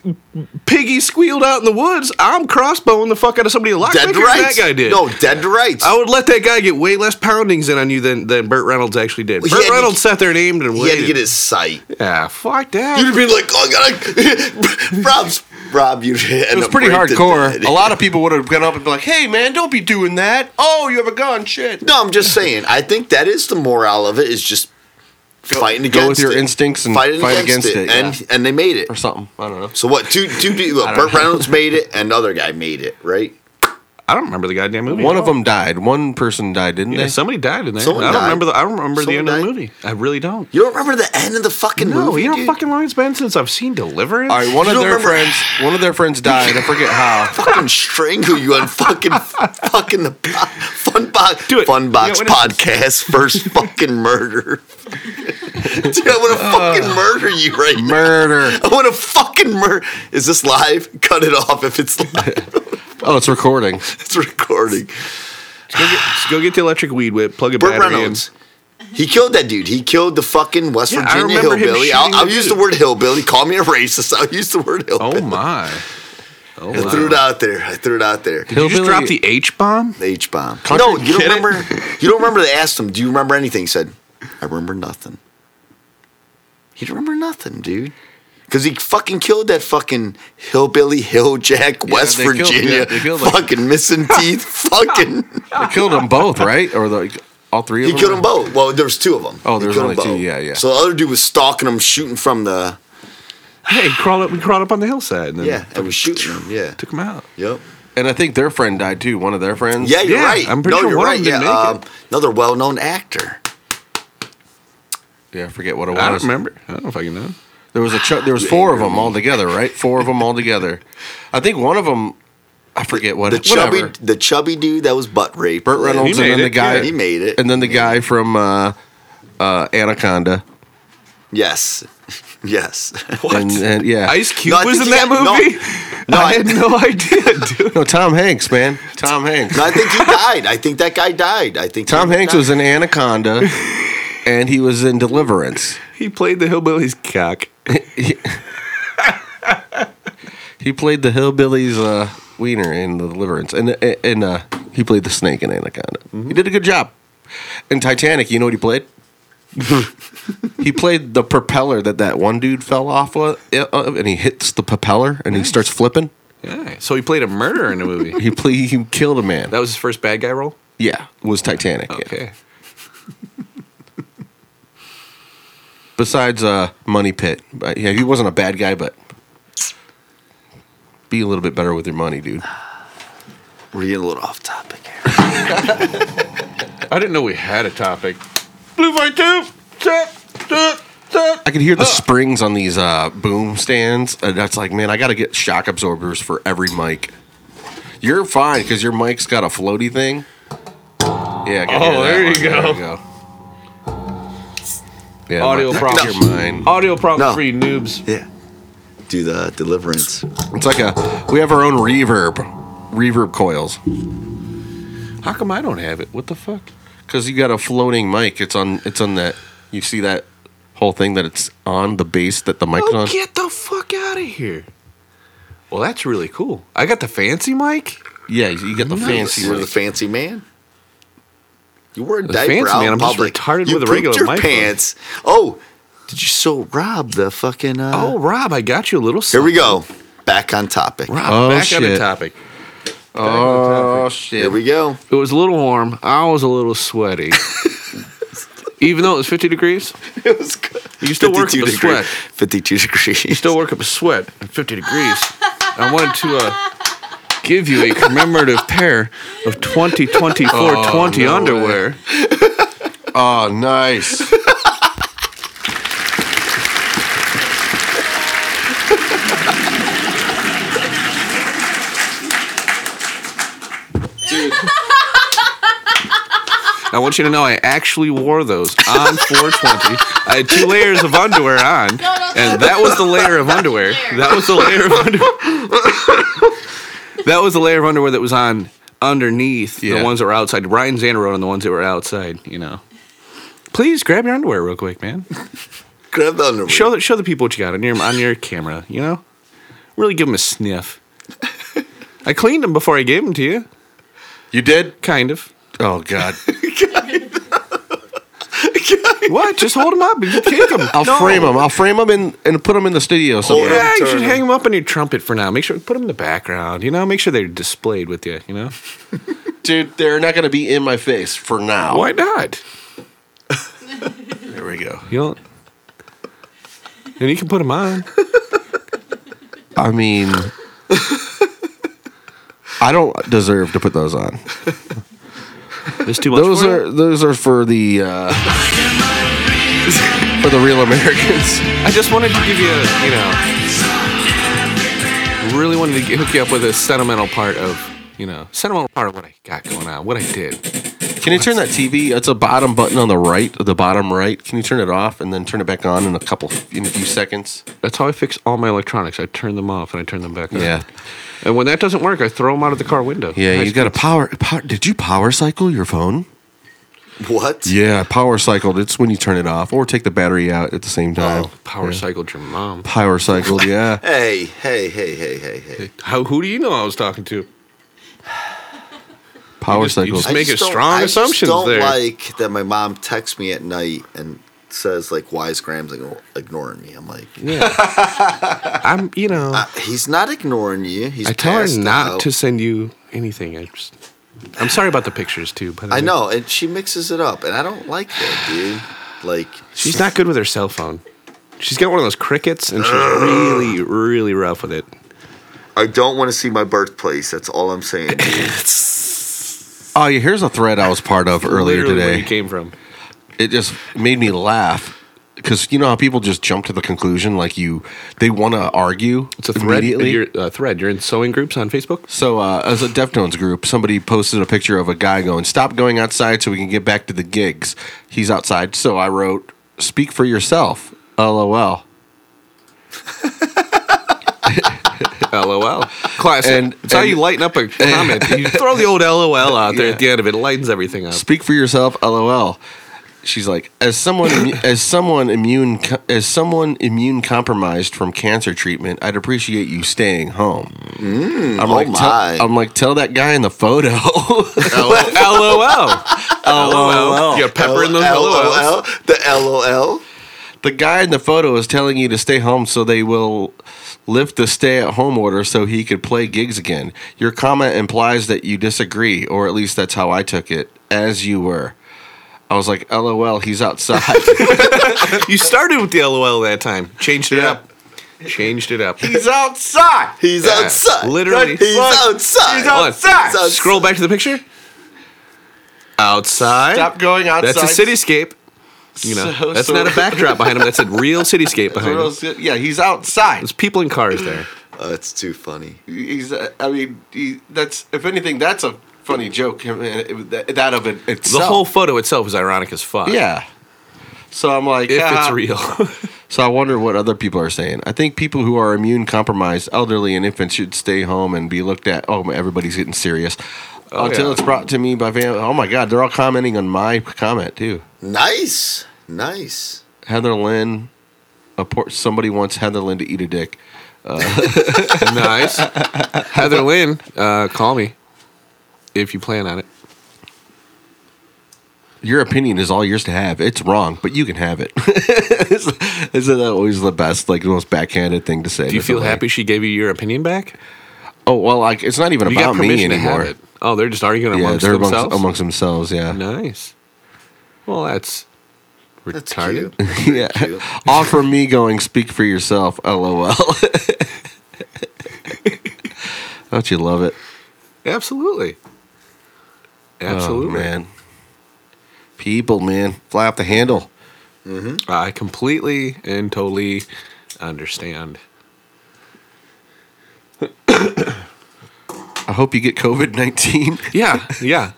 A: piggy squealed out in the woods, I'm crossbowing the fuck out of somebody. Lock
C: dead to
A: that
C: rights,
A: guy did.
C: no, dead to rights.
A: I would let that guy get way less poundings in on you than, than Burt Reynolds actually did.
C: He
A: Burt
C: had to-
A: Reynolds sat there and aimed and
C: he had
A: waited.
C: to get his sight.
A: yeah, fuck that.
C: You'd have been like, oh god, Rob's Rob. You'd
D: It was pretty hardcore. A lot of people would have gone up and be like, "Hey, man, don't be doing that." Oh, you have a gun, shit.
C: No, I'm just saying. I think that is the morale of it. Is just fighting
D: go
C: against
D: with your
C: it.
D: instincts and
C: fighting
D: fight
C: against,
D: against
C: it,
D: it,
C: and and they made it.
D: Or something. I don't know.
C: So what? Two, two. two look, Burt Reynolds made it, and another guy made it, right?
A: I don't remember the goddamn movie.
D: One of them died. One person died, didn't
A: Yeah,
D: they?
A: somebody died in there.
C: Someone
A: I don't
C: died.
A: remember. The, I don't remember the end
C: Someone
A: of the
C: died.
A: movie. I really don't.
C: You don't remember the end of the fucking
A: No,
C: movie?
A: you know how
C: dude?
A: fucking long it's been since I've seen Deliverance.
D: All right, one
C: You
D: of
C: don't
D: their
C: remember-
D: friends, one of their friends died. I forget how.
C: fucking strangle you on fucking fucking the po- fun box
A: Do it.
C: fun box
A: Yeah, what
C: podcast first fucking murder. Dude, I want
D: Uh.
C: to fucking murder you right now.
D: Murder.
C: I want to fucking murder. Is this live? Cut it off if it's live.
D: Oh, it's recording.
C: it's recording.
A: Just go, get, just go get the electric weed whip, plug a
C: Burt
A: battery
C: Reynolds. He killed that dude. He killed the fucking West
A: Yeah, I
C: Virginia
A: remember him
C: hillbilly. I'll,
A: shooting
C: I'll
A: the
C: use the
A: dude.
C: word hillbilly. Call me a racist. I'll use the word hillbilly.
A: in. Oh my! Oh,
C: I threw it out there. I threw it out there.
A: Did you just
D: Hillbilly-
A: drop the H bomb?
C: The H bomb. No, you don't
A: Get it?
C: remember. You don't remember. They asked him, "Do you remember anything?" He said, "I remember nothing." He didn't remember nothing, dude. Because he fucking killed that fucking hillbilly hill-jack, West
D: they killed- yeah,
C: Virginia,
D: they killed, like-
C: fucking missing teeth, fucking.
D: They killed them both, right? Or like all three of
C: He
D: them?
C: killed them both. Well, there was two of them.
D: Oh,
C: He
D: there was
C: killed 'em
D: only two.
C: both.
D: Yeah, yeah.
C: So the other dude was stalking him, shooting from the
A: Hey, crawl up. We crawled up on the hillside. And then
C: yeah, and was shooting him. Yeah,
A: Took him out.
C: yep.
D: And I think their friend died too. One of their friends.
C: Yeah, you're
A: Yeah,
C: right.
A: I'm pretty
C: no,
A: sure
C: you're
A: one of
C: right.
A: them didn't
C: Yeah, um,
A: make
C: another well-known actor.
D: Yeah, I forget what it was.
A: I don't remember. I don't fucking know.
D: There was a ch- there was four of them all together, right? Four of them all together. I think one of them. I forget what.
C: The chubby,
D: whatever.
C: the chubby dude that was butt raped.
D: Burt Reynolds
A: He
D: and then
A: made
D: the
A: it,
D: guy.
A: yeah.
C: He made it.
D: And then the guy from uh, uh, Anaconda.
C: Yes. Yes.
D: And, and yeah.
A: uh, Ice Cube
C: No, I
A: was
C: think
A: in
C: he
A: that
C: got- no.
A: movie.
C: No,
A: I
C: I-
A: had no idea, dude.
D: no, Tom Hanks, man. Tom Hanks.
C: No, I think he died. I think that guy died. I think
D: Tom
C: he
D: Hanks
C: died.
D: was in Anaconda, and he was in Deliverance.
A: He played the hillbilly's cock.
D: He played the hillbilly's uh, wiener in The Deliverance, and and uh, he played the snake in Anaconda. He did a good job. In Titanic, you know what he played? he played the propeller that that one dude fell off of, of, and he hits the propeller and he starts flipping.
A: Yeah. So he played a murderer in the movie.
D: He play, he killed a man.
A: That was his first bad guy role.
D: yeah, it was Titanic. yeah.
A: Okay.
D: Besides uh, Money Pit, but yeah, he wasn't a bad guy, but be a little bit better with your money, dude.
C: We're getting a little off topic here.
A: I didn't know we had a topic.
D: I could hear the springs on these uh, boom stands. And that's like, man, I got to get shock absorbers for every mic. You're fine because your mic's got a floaty thing. Yeah. I can
A: Oh,
D: hear that
A: there you
D: one.
A: go.
D: Yeah,
A: Audio
D: my-
A: problem.
D: that's your mind.
A: Audio problem
C: No.
A: free noobs.
C: Yeah. Do the deliverance.
D: It's like a. We have our own reverb, reverb coils.
A: How come I don't have it? What the fuck?
D: Because you got a floating mic. It's on. It's on that. You see that whole thing that it's on the base that the mic's
A: Oh,
D: on.
A: get the fuck out of here. Well, that's really cool. I got the fancy mic.
D: Yeah, you got the fancy.
C: You're the
D: mic.
C: fancy man. You wore a
A: The
C: diaper
A: fancy
C: out
A: man,
C: in
A: I'm just
C: public.
A: retarded
C: you
A: with a
C: pooped
A: regular
C: your
A: microphone.
C: pants. Oh, did you so rob the fucking? Uh,
A: Oh, Rob, I got you a little.
C: here we
A: something.
C: go. Back on topic.
A: Rob,
D: Oh,
A: back on the
D: shit.
A: topic.
D: Oh
C: Here
D: shit!
C: we go.
A: It was a little warm. I was a little sweaty. Even though it was 50 degrees,
C: It was good.
A: you still work up
C: 52
A: a
C: degrees.
A: sweat.
C: 52 degrees.
A: You still work up a sweat at 50 degrees. I wanted to uh, give you a commemorative pair of 2024 20
D: no
A: underwear.
D: Oh, nice.
A: I want you to know I actually wore those on 420. I had two layers of underwear on,
B: No, no,
A: and
B: no.
A: that was the layer of underwear.
B: There.
A: That was the layer of underwear. that was the layer of underwear that was on underneath
D: Yeah.
A: the ones that were outside. Ryan Zander wrote on the ones that were outside. You know. Please grab your underwear real quick, man.
C: Grab the underwear.
A: Show the, show the people what you got on your on your camera. You know, really give them a sniff. I cleaned them before I gave them to you,
D: You did?
A: kind of.
D: Oh god.
A: What? Just hold them up and kick them.
D: I'll frame him. I'll frame him and and put him in the studio somewhere.
A: Oh, Yeah, you
C: Turn
A: should
C: them.
A: hang them up on your trumpet for now. Make sure put them in the background. You know, make sure they're displayed with you. You know,
D: Dude, they're not gonna be in my face for now.
A: why not?
D: There we go.
A: You don't. And you can put them on.
D: I mean, I don't deserve to put those on.
A: There's too much.
D: Those
A: for
D: are
A: it?
D: those are for the uh, for the real Americans.
A: I just wanted to give you, a, you know, really wanted to get- hook you up with a sentimental part of, you know, sentimental part of what I got going on, what I did.
D: Can you turn that TV? It's a bottom button on the right, the bottom right. Can you turn it off and then turn it back on in a couple in a few seconds?
A: That's how I fix all my electronics. I turn them off and I turn them back on.
D: Yeah,
A: And when that doesn't work, I throw them out of the car window.
D: yeah.
A: I
D: You got to power, power. Did you power cycle your phone?
C: What?
D: Yeah, power cycled. It's when you turn it off or take the battery out at the same time.
A: Oh, power cycled your mom.
D: Power cycled. Yeah.
C: Hey, hey, hey, hey, hey, hey.
A: How, who do you know I was talking to?
D: Power
A: You just- you
D: cycled.
A: just- Make
C: just
A: a
C: don't-
A: strong
C: I just
A: assumptions
C: don't
A: there.
C: like that my mom texts me at night and says like, "Why is Graham's igno- ignoring me?" I'm like,
A: I'm, you know,
C: "Uh, "He's not ignoring you. He's
A: I tell her
C: passed
A: not
C: out."
A: to send you anything. I just, I'm sorry about the pictures too, but
C: I know, and she mixes it up, and I don't like that, dude. Like,
A: She's not good with her cell phone. She's got one of those crickets, and she's really, really rough with it.
C: I don't want to see my birthplace. That's all I'm saying. dude.
D: Oh, yeah, here's a thread I was part of earlier
A: Literally Where
D: today.
A: you came from?
D: it just made me laugh because you know how people just jump to the conclusion like you they want to argue
A: It's a thread.
D: immediately.
A: You're, uh, thread. You're in sewing groups on Facebook.
D: so uh, as a Deftones group, somebody posted a picture of a guy going, "Stop going outside so we can get back to the gigs." He's outside, so I wrote, "Speak for yourself." LOL.
A: LOL. Classic.
D: And-
A: And, it's how
D: and-
A: you lighten up a comment. you throw the old LOL out there at the end of it. It lightens everything up.
D: Speak for yourself. LOL. She's like, as someone immu- as someone immune co- as someone immune compromised from cancer treatment, I'd appreciate you staying home. I'm
C: oh
D: like, tell-
C: my.
D: I'm like, tell that guy in the photo.
A: LOL. LOL. You're peppering those LOLs.
C: LOL, the LOL.
D: the guy in the photo is telling you to stay home so they will lift the stay at home order so he could play gigs again. Your comment implies that you disagree, or at least that's how I took it, as you were. I was like, LOL, he's outside.
A: You started with the LOL that time. Changed it up. Changed it up.
D: he's outside.
C: He's
A: Yeah,
C: outside.
A: literally.
C: He's
A: Look,
C: outside. He's
A: Hold on.
C: outside.
A: Scroll back to the picture. Outside.
D: Stop going outside.
A: That's a cityscape. You know,
D: So-
A: that's
D: so-
A: not a backdrop behind him. That's a real cityscape
D: Or
A: behind him.
D: else- Yeah, he's outside.
A: There's people in cars there.
C: Oh, that's too funny.
D: He's. uh, I mean, he, that's if anything, that's a funny joke. I mean, that that of it
A: The
D: itself.
A: whole photo itself is ironic as fuck.
D: Yeah. So I'm like, "Ah,
A: If it's
D: "Haha."
A: real.
D: So I wonder what other people are saying. I think people who are immune compromised, elderly, and infants should stay home and be looked at. Oh, everybody's getting serious. Until
A: Oh, yeah.
D: it's brought to me by family. Oh my God, they're all commenting on my comment too.
C: Nice. Nice.
D: Heather Lynn, a por- somebody wants Heather Lynn to eat a dick.
A: nice. Heather Lynn, uh, call me if you plan on it.
D: Your opinion is all yours to have. It's wrong, but you can have it. Isn't that always the best, like the most backhanded thing to say?
A: Do you
D: to
A: feel
D: somebody?
A: happy she gave you your opinion back?
D: Oh well, like it's not even
A: You
D: about
A: got
D: me
A: permission to
D: anymore.
A: have it. Oh, they're just arguing
D: Yeah,
A: amongst
D: they're amongst
A: themselves.
D: amongst, themselves. Yeah.
A: Nice. Well, that's retarded.
C: That's cute.
D: yeah.
C: Cute.
D: Offer me going speak for yourself, lol. Don't you love it?
A: Absolutely. Absolutely.
D: Oh, man. People, man, fly off the handle.
A: I completely and totally understand.
D: I hope you get COVID nineteen.
A: Yeah, yeah.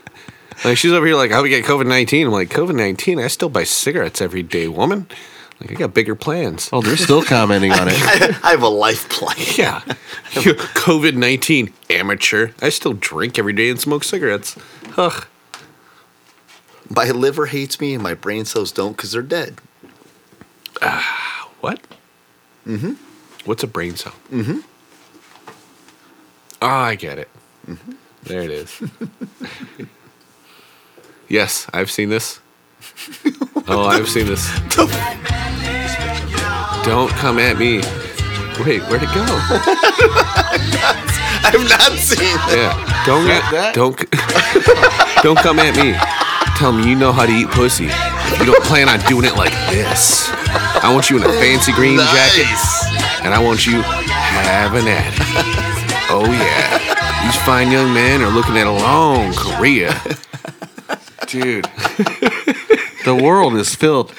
A: Like she's over here like, how we get COVID nineteen? I'm like, COVID nineteen, I still buy cigarettes every day, woman. Like I got bigger plans.
D: oh, they're still commenting on it.
C: I, I have a life plan.
A: Yeah. COVID nineteen amateur. I still drink every day and smoke cigarettes. Ugh.
C: My liver hates me and my brain cells don't because they're dead.
A: What? Mm-hmm. What's a brain cell? Mm-hmm. Ah, I get it. There it is. yes, I've seen this. oh, I've seen this. Don't come at me. Wait, where'd it go?
C: I've not seen that.
A: Yeah, don't
D: that?
A: don't don't come at me. Tell me you know how to eat pussy. You don't plan on doing it like this. I want you in a fancy green jacket
C: Nice.
A: and I want you having at it. Oh yeah. These fine young men are looking at a long career
D: dude. the world is filled.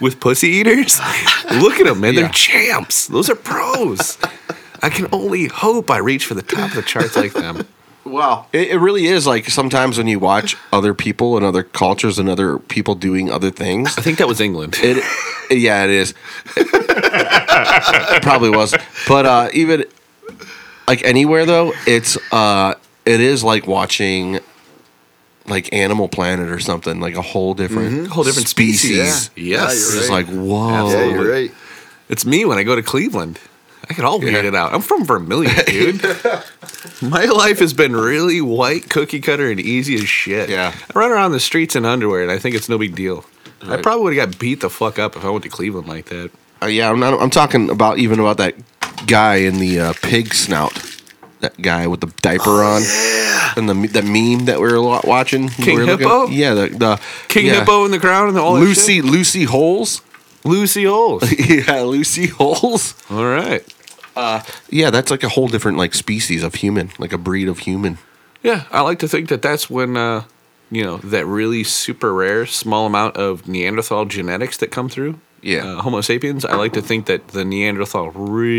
A: with pussy eaters. Look at them, man.
D: Yeah.
A: They're champs. Those are pros. I can only hope I reach for the top of the charts like them.
D: Wow. It, it really is like sometimes when you watch other people and other cultures and other people doing other things.
A: I think that was England.
D: It, yeah, it is. it probably was, but uh, even like anywhere though, it's uh, it is like watching like Animal Planet or something, like a whole different
A: Mm-hmm. Whole different species. Yeah. Yes.
D: It's
C: right.
D: like whoa,
C: Yeah,
A: Absolutely.
C: you're right.
A: It's me when I go to Cleveland. I get all weirded out. I'm from Vermilion, dude. My life has been really white, cookie cutter, and easy as shit.
D: Yeah.
A: I run around the streets in underwear, and I think it's no big deal. I probably would have got beat the fuck up if I went to Cleveland like that.
D: Uh, yeah, I'm not. I'm talking about even about that guy in the uh, pig snout. That guy with the
A: Oh,
D: diaper on, and the the meme that we were wa- watching.
A: King
D: we were looking-
A: Hippo?
D: yeah, the, the
A: King
D: yeah.
A: Hippo in the crown and all that
D: Lucy
A: shit?
D: Lucy Holes.
A: Lucy Holes.
D: yeah, Lucy Holes.
A: all right.
D: Yeah, that's like a whole different like species of human, like a breed of human.
A: Yeah, I like to think that that's when uh, you know that really super rare small amount of Neanderthal genetics that come through.
D: Yeah.
A: uh, Homo sapiens. I like to think that the Neanderthal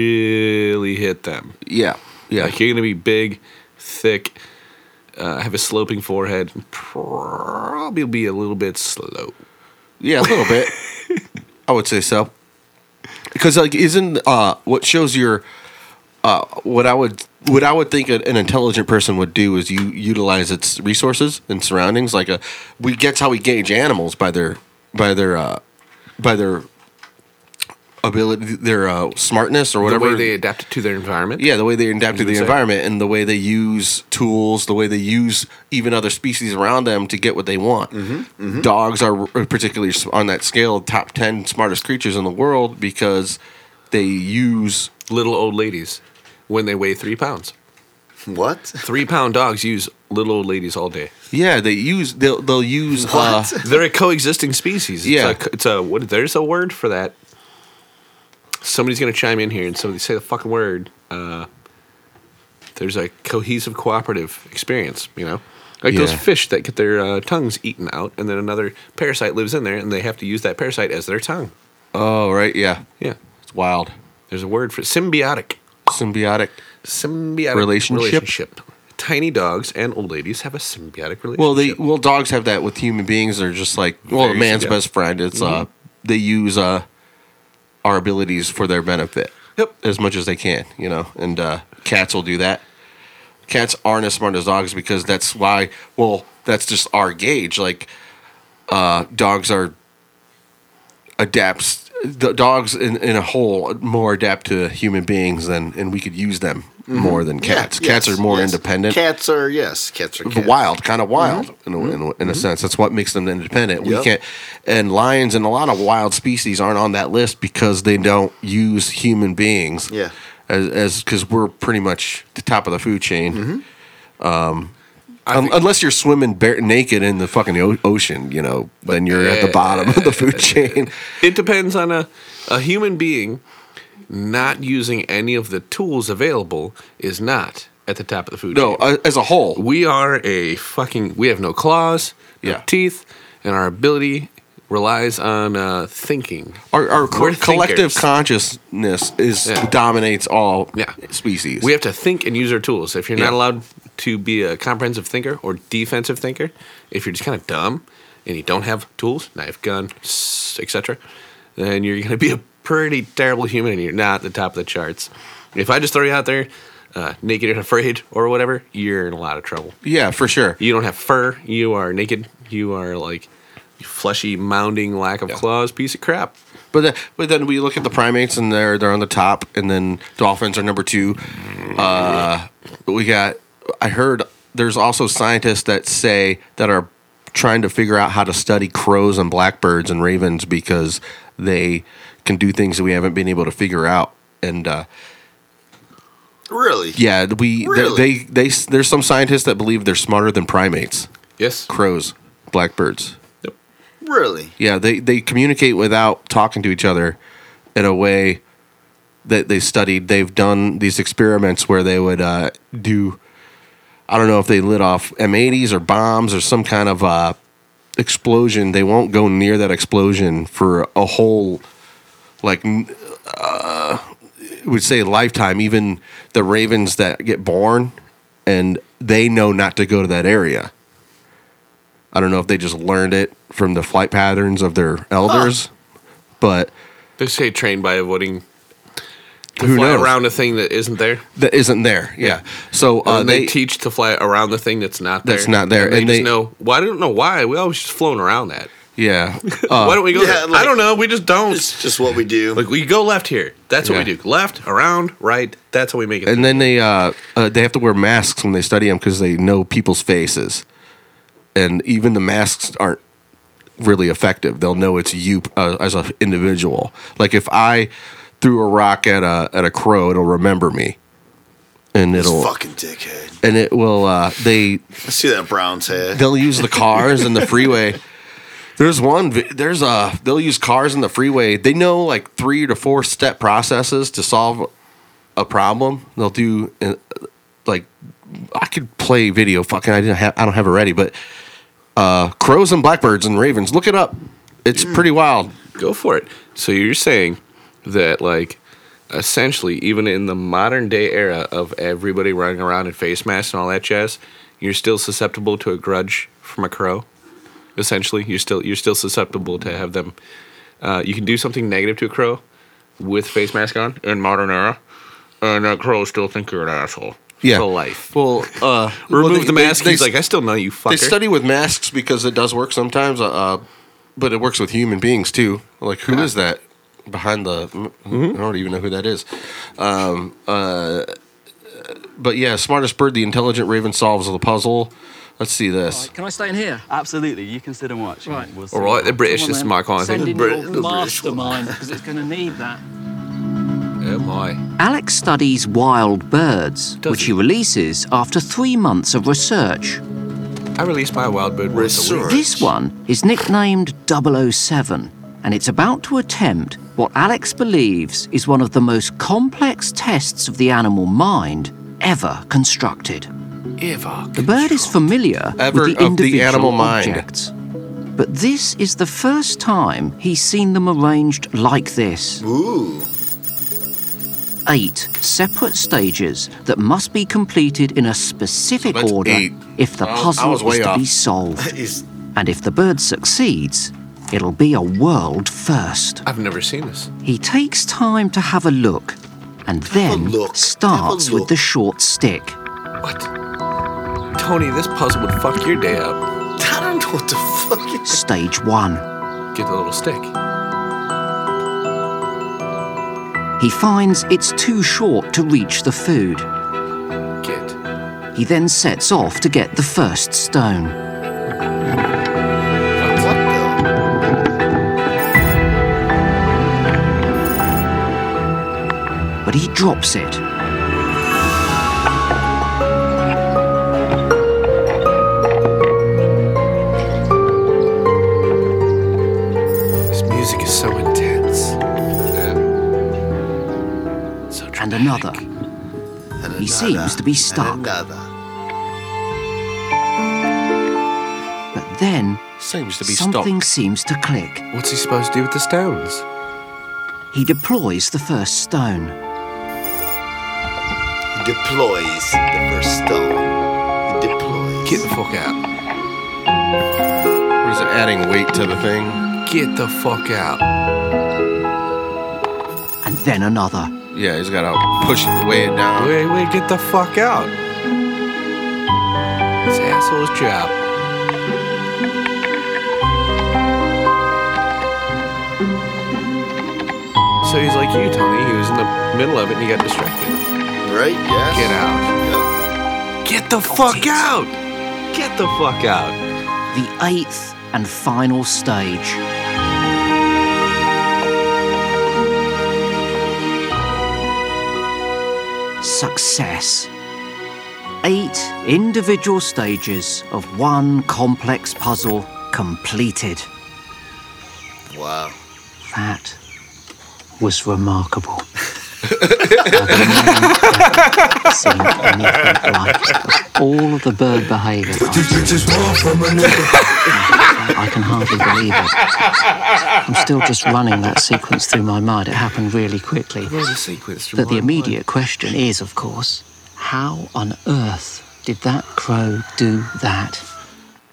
A: really hit them.
D: Yeah, yeah,
A: Like you're gonna be big, thick, uh, have a sloping forehead, and probably be a little bit slow.
D: yeah, a little bit. I would say so. Because like, isn't uh, what shows your uh, what I would what I would think an an intelligent person would do is you utilize its resources and surroundings. Like a we gets how we gauge animals by their by their uh, by their ability, their uh, smartness or whatever
A: the way they adapted to their environment.
D: Yeah, the way they adapt to
A: You would
D: the
A: say?
D: environment and the way they use tools, the way they use even other species around them to get what they want.
A: Mm-hmm,
D: Dogs are r- particularly s- on that scale top 10 smartest creatures in the world because they use
A: little old ladies when they weigh three pounds.
C: What?
A: Three pound dogs use little old ladies all day.
D: yeah, they use they'll they'll use uh,
A: They're a coexisting species. It's
D: Yeah.
A: a, it's a what? There's a word for that. Somebody's gonna chime in here and somebody say the fucking word. Uh, there's a cohesive, cooperative experience. You know, like those
D: Yeah.
A: fish that get their uh, tongues eaten out, and then another parasite lives in there, and they have to use that parasite as their tongue.
D: Oh, right, yeah.
A: Yeah,
D: It's wild.
A: there's a word for symbiotic.
D: Symbiotic.
A: Symbiotic
D: Relationship?
A: Tiny dogs and old ladies have a symbiotic relationship.
D: Well, they well dogs have that with human beings. They're just like well,
A: Very- Mm-hmm.
D: man's
A: yeah.
D: best friend. It's uh they use uh our abilities for their benefit.
A: Yep.
D: as much as they can, you know. And uh, cats will do that. Cats aren't as smart as dogs because that's why. Well, that's just our gauge. Like, uh, dogs are adapts. The dogs in, in a whole more adapt to human beings than, and we could use them more than cats.
C: Mm-hmm. Yes,
D: cats are more
C: yes.
D: independent
C: Cats are yes. Cats are cats.
D: wild, kind of
A: Mm-hmm.
D: wild in, a, in, a, in a sense. That's what makes them independent. We
C: Yep.
D: can't, and lions and a lot of wild species aren't on that list because they don't use human beings.
C: Yeah.
D: as as because we're pretty much the top of the food chain.
A: Mm-hmm.
D: Um, un- unless you're swimming bare, naked in the fucking o- ocean, you know, then you're at the bottom of the food chain.
A: It depends on a, a human being not using any of the tools available is not at the top of the food
D: No,
A: chain.
D: uh, as a whole,
A: we are a fucking we have no claws, no
D: Yeah.
A: teeth, and our ability relies on uh, thinking.
D: our, our co-
A: We're
D: collective
A: thinkers.
D: consciousness is
A: Yeah.
D: dominates all
A: Yeah.
D: species.
A: We have to think and use our tools. If you're not
D: Yeah.
A: allowed to be a comprehensive thinker or defensive thinker, if you're just kind of dumb and you don't have tools, knife, gun, etc., then you're going to be a pretty terrible human and you're not at the top of the charts. If I just throw you out there uh, naked and afraid or whatever, you're in a lot of trouble.
D: yeah, for sure.
A: You don't have fur. You are naked. You are like fleshy, mounding, lack of claws, piece of crap.
D: But then, but then we look at the primates and they're they're on the top, and then dolphins are number two. Uh, we got. I heard there's also scientists that say that are trying to figure out how to study crows and blackbirds and ravens because they can do things that we haven't been able to figure out. And uh,
C: Really?
D: yeah, we
C: Really?
D: they, they they there's some scientists that believe they're smarter than primates,
A: Yes.
D: crows, blackbirds.
C: Really?
D: Yeah, they they communicate without talking to each other in a way that they studied. They've done these experiments where they would uh, do I don't know if they lit off M80s or bombs or some kind of uh, explosion. They won't go near that explosion for a whole, like, n- uh, would say lifetime. Even the ravens that get born, and they know not to go to that area. I don't know if they just learned it from the flight patterns of their elders, but
A: They say train by avoiding to
D: Who
A: fly
D: knows?
A: around a thing that isn't there.
D: that isn't there. Yeah. So uh,
A: and they,
D: they,
A: teach to fly around the thing that's not there.
D: That's not there,
A: And they
D: and
A: just
D: they-
A: know. Well, I don't know why. We always just flown around that.
D: yeah. Uh,
A: why don't we go?
C: yeah,
A: there?
C: like-
A: I don't know. We just don't.
C: It's just what we do.
A: Like we go left here. That's what
D: Yeah.
A: we do. Left, around, right. That's how we make it.
D: and then they uh, uh, they have to wear masks when they study them because they know people's faces, and even the masks aren't really effective. They'll know it's you uh, as an individual. Like if I threw a rock at a at a crow, it'll remember me, and it'll
C: Fucking dickhead.
D: and it will. Uh, they
C: I see that Browns head.
D: they'll use the cars and the freeway. There's one. vi- There's a. They'll use cars in the freeway. They know like three to four step processes to solve a problem. They'll do uh, like I could play video. Fucking I didn't have. I don't have it ready. But uh, crows and blackbirds and ravens. Look it up. It's pretty wild.
A: go for it. So you're saying that like essentially even in the modern day era of everybody running around in face masks and all that jazz, you're still susceptible to a grudge from a crow. Essentially, you're still you're still susceptible to have them. Uh, you can do something negative to a crow with face mask on in modern era, and that crow still think you're an asshole.
D: Yeah.
A: for life.
D: Well, uh,
A: Remove
D: well, they-
A: the mask.
D: they-
A: he's
D: they-
A: like, I still know you, fucker.
D: They study with masks because it does work sometimes, uh, uh, but it works with human beings too. Like, who is that behind the? I don't even know who that is. Um, uh, but yeah, smartest bird, the intelligent raven solves the puzzle. Let's see
I: Oh,
D: this.
J: Can I stay in here?
K: Absolutely, you can sit and watch. Right. We'll see.
A: all right, the British is my kind of
J: Send
A: thing.
J: in
C: Brit-
J: your
C: the British one.
J: mastermind because it's going to need that.
A: Oh my.
I: Alex studies wild birds, which he releases after three months of research.
A: I released my wild bird once a week.
C: Research.
I: This one is nicknamed 007, and it's about to attempt what Alex believes is one of the most complex tests of the animal mind ever constructed. The bird is familiar
D: Ever
I: with
D: of
I: the
D: the
I: individual
D: animal mind.
I: objects, but this is the first time he's seen them arranged like this.
C: Ooh.
I: Eight separate stages that must be completed in a specific
D: That's
I: order
D: eight.
I: if the
D: I was- I
I: puzzle
D: was way
I: is to
D: off.
I: be solved.
C: He's
I: And if the bird succeeds, it'll be a world first.
A: I've never seen this.
I: He takes time to have a look and then
C: look.
I: starts
C: Have a
I: with
C: look.
I: the short stick.
A: What? Tony, this puzzle would fuck your day up.
C: I don't know what the fuck is.
I: Stage one.
A: Get the little stick.
I: He finds it's too short to reach the food.
A: Get.
I: He then sets off to get the first stone.
C: What the?
I: But he drops it.
A: This music is so intense. So
I: And another. He seems to be stuck.
C: Another.
I: But then
D: Seems to be
I: something
D: stuck.
I: seems to click.
A: What's he supposed to do with the stones?
I: He deploys the first stone.
C: He deploys the first stone. He deploys.
A: Get the fuck out.
D: Or is it adding weight to the thing?
A: Get the fuck out.
I: And then another.
D: Yeah, he's got to push the weight down.
A: Wait, wait, get the fuck out. This asshole's job. So he's like you, Tony. He was in the middle of it and he got distracted.
C: right? Yes.
A: Get out.
C: Yep.
A: Get the fuck out! Get the fuck out!
I: The eighth and final stage. Success. Eight individual stages of one complex puzzle completed.
C: Wow.
I: That was remarkable.
L: seen anything like all of the bird behaviour. I can hardly believe it. I'm still just running that sequence through my mind. It happened really quickly.
A: There's a sequence through
L: But the
A: my mind.
L: immediate question is, of course, how on earth did that crow do that?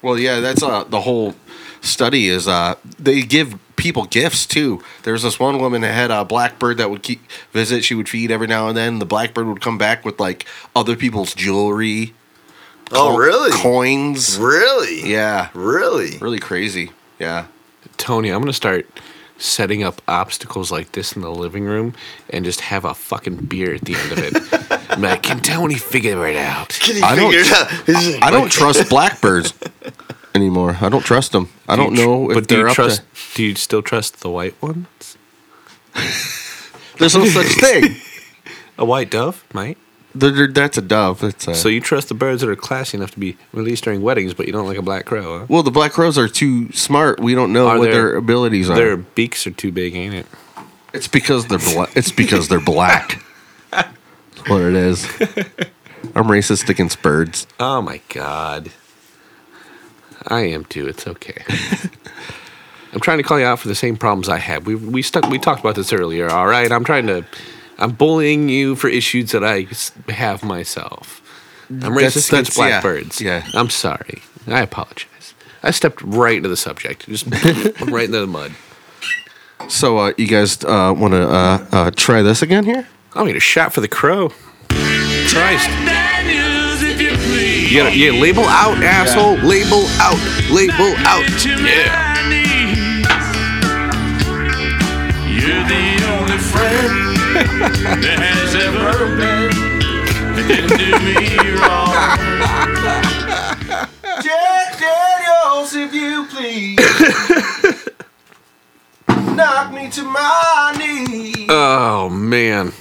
D: Well, yeah, that's uh, the whole study is uh, they give people gifts too. There's this one woman that had a blackbird that would keep visit. She would feed every now and then. The blackbird would come back with like other people's jewelry.
C: Oh,
D: co-
C: really?
D: Coins.
C: Really?
D: Yeah.
C: Really?
D: Really crazy. Yeah.
A: Tony, I'm gonna start setting up obstacles like this in the living room and just have a fucking beer at the end of it. I'm like, can Tony figure it out?
C: Can he
D: I don't-
C: figure it out?
D: I don't trust blackbirds anymore. I don't trust them. I
A: Do
D: don't
A: you tr-
D: know if
A: but do
D: they're
A: you
D: up
A: trust?
D: to.
A: Do you still trust the white ones?
D: There's no such thing.
A: A white dove, mate.
D: They're- they're- that's a dove. It's a,
A: So you trust the birds that are classy enough to be released during weddings, but you don't like a black crow, huh?
D: well, the black crows are too smart. We don't know
A: Are
D: what
A: their-
D: their abilities are.
A: Their beaks are too big, ain't it?
D: It's because they're black. It's because they're black. That's what it is. I'm racist against birds.
A: Oh my god. I am too. It's okay. I'm trying to call you out for the same problems I had. We we stuck. We talked about this earlier. All right. I'm trying to. I'm bullying you for issues that I s- have myself. I'm
D: That's-
A: racist
D: that's-
A: against
D: yeah,
A: blackbirds.
D: yeah.
A: I'm sorry. I apologize. I stepped right into the subject. Just right into the mud.
D: So uh, you guys uh, want to uh, uh, try this again here?
A: I'll need a shot for the crow. Christ.
H: Daniels, if you please.
A: You gotta, you gotta label out, asshole. Label out. Label out.
H: To
A: Yeah.
H: my knees. You're the only friend that has ever been. that didn't do me wrong.
D: Jack Daniels, if you please. Knock me to my knees.
A: Oh man,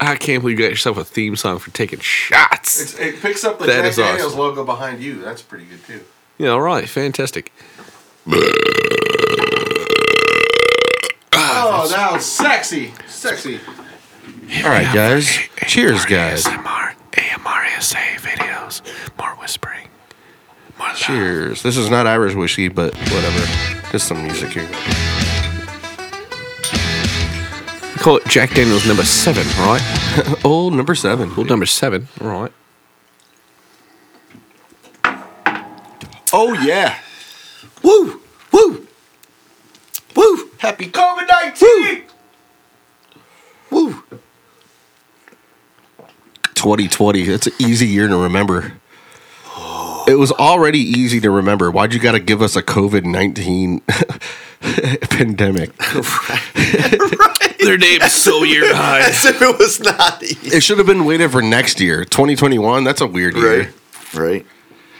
A: I can't believe you got yourself a theme song for taking shots.
D: It's, it picks up the
A: That
D: Jack
A: is awesome.
D: Daniels logo behind you. That's pretty good too.
A: Yeah, all right, fantastic.
D: Oh, that was sexy, sexy. All right, guys. Cheers, guys.
A: ASMR, AMRSA videos, more whispering.
D: Cheers. This is not Irish whiskey, but whatever. Just some music here.
A: Call it Jack Daniels number seven, right?
D: Old Oh, number seven.
A: Old number seven, right?
D: Oh yeah.
C: Woo! Woo! Woo!
D: Happy COVID nineteen.
C: Woo!
D: 2020. That's an easy year to remember. It was already easy to remember. Why'd you got to give us a COVID 19 pandemic?
A: Their name's so year high.
C: As if it was not easy.
D: It should have been waited for next year. 2021, that's a weird year.
C: Right. Right.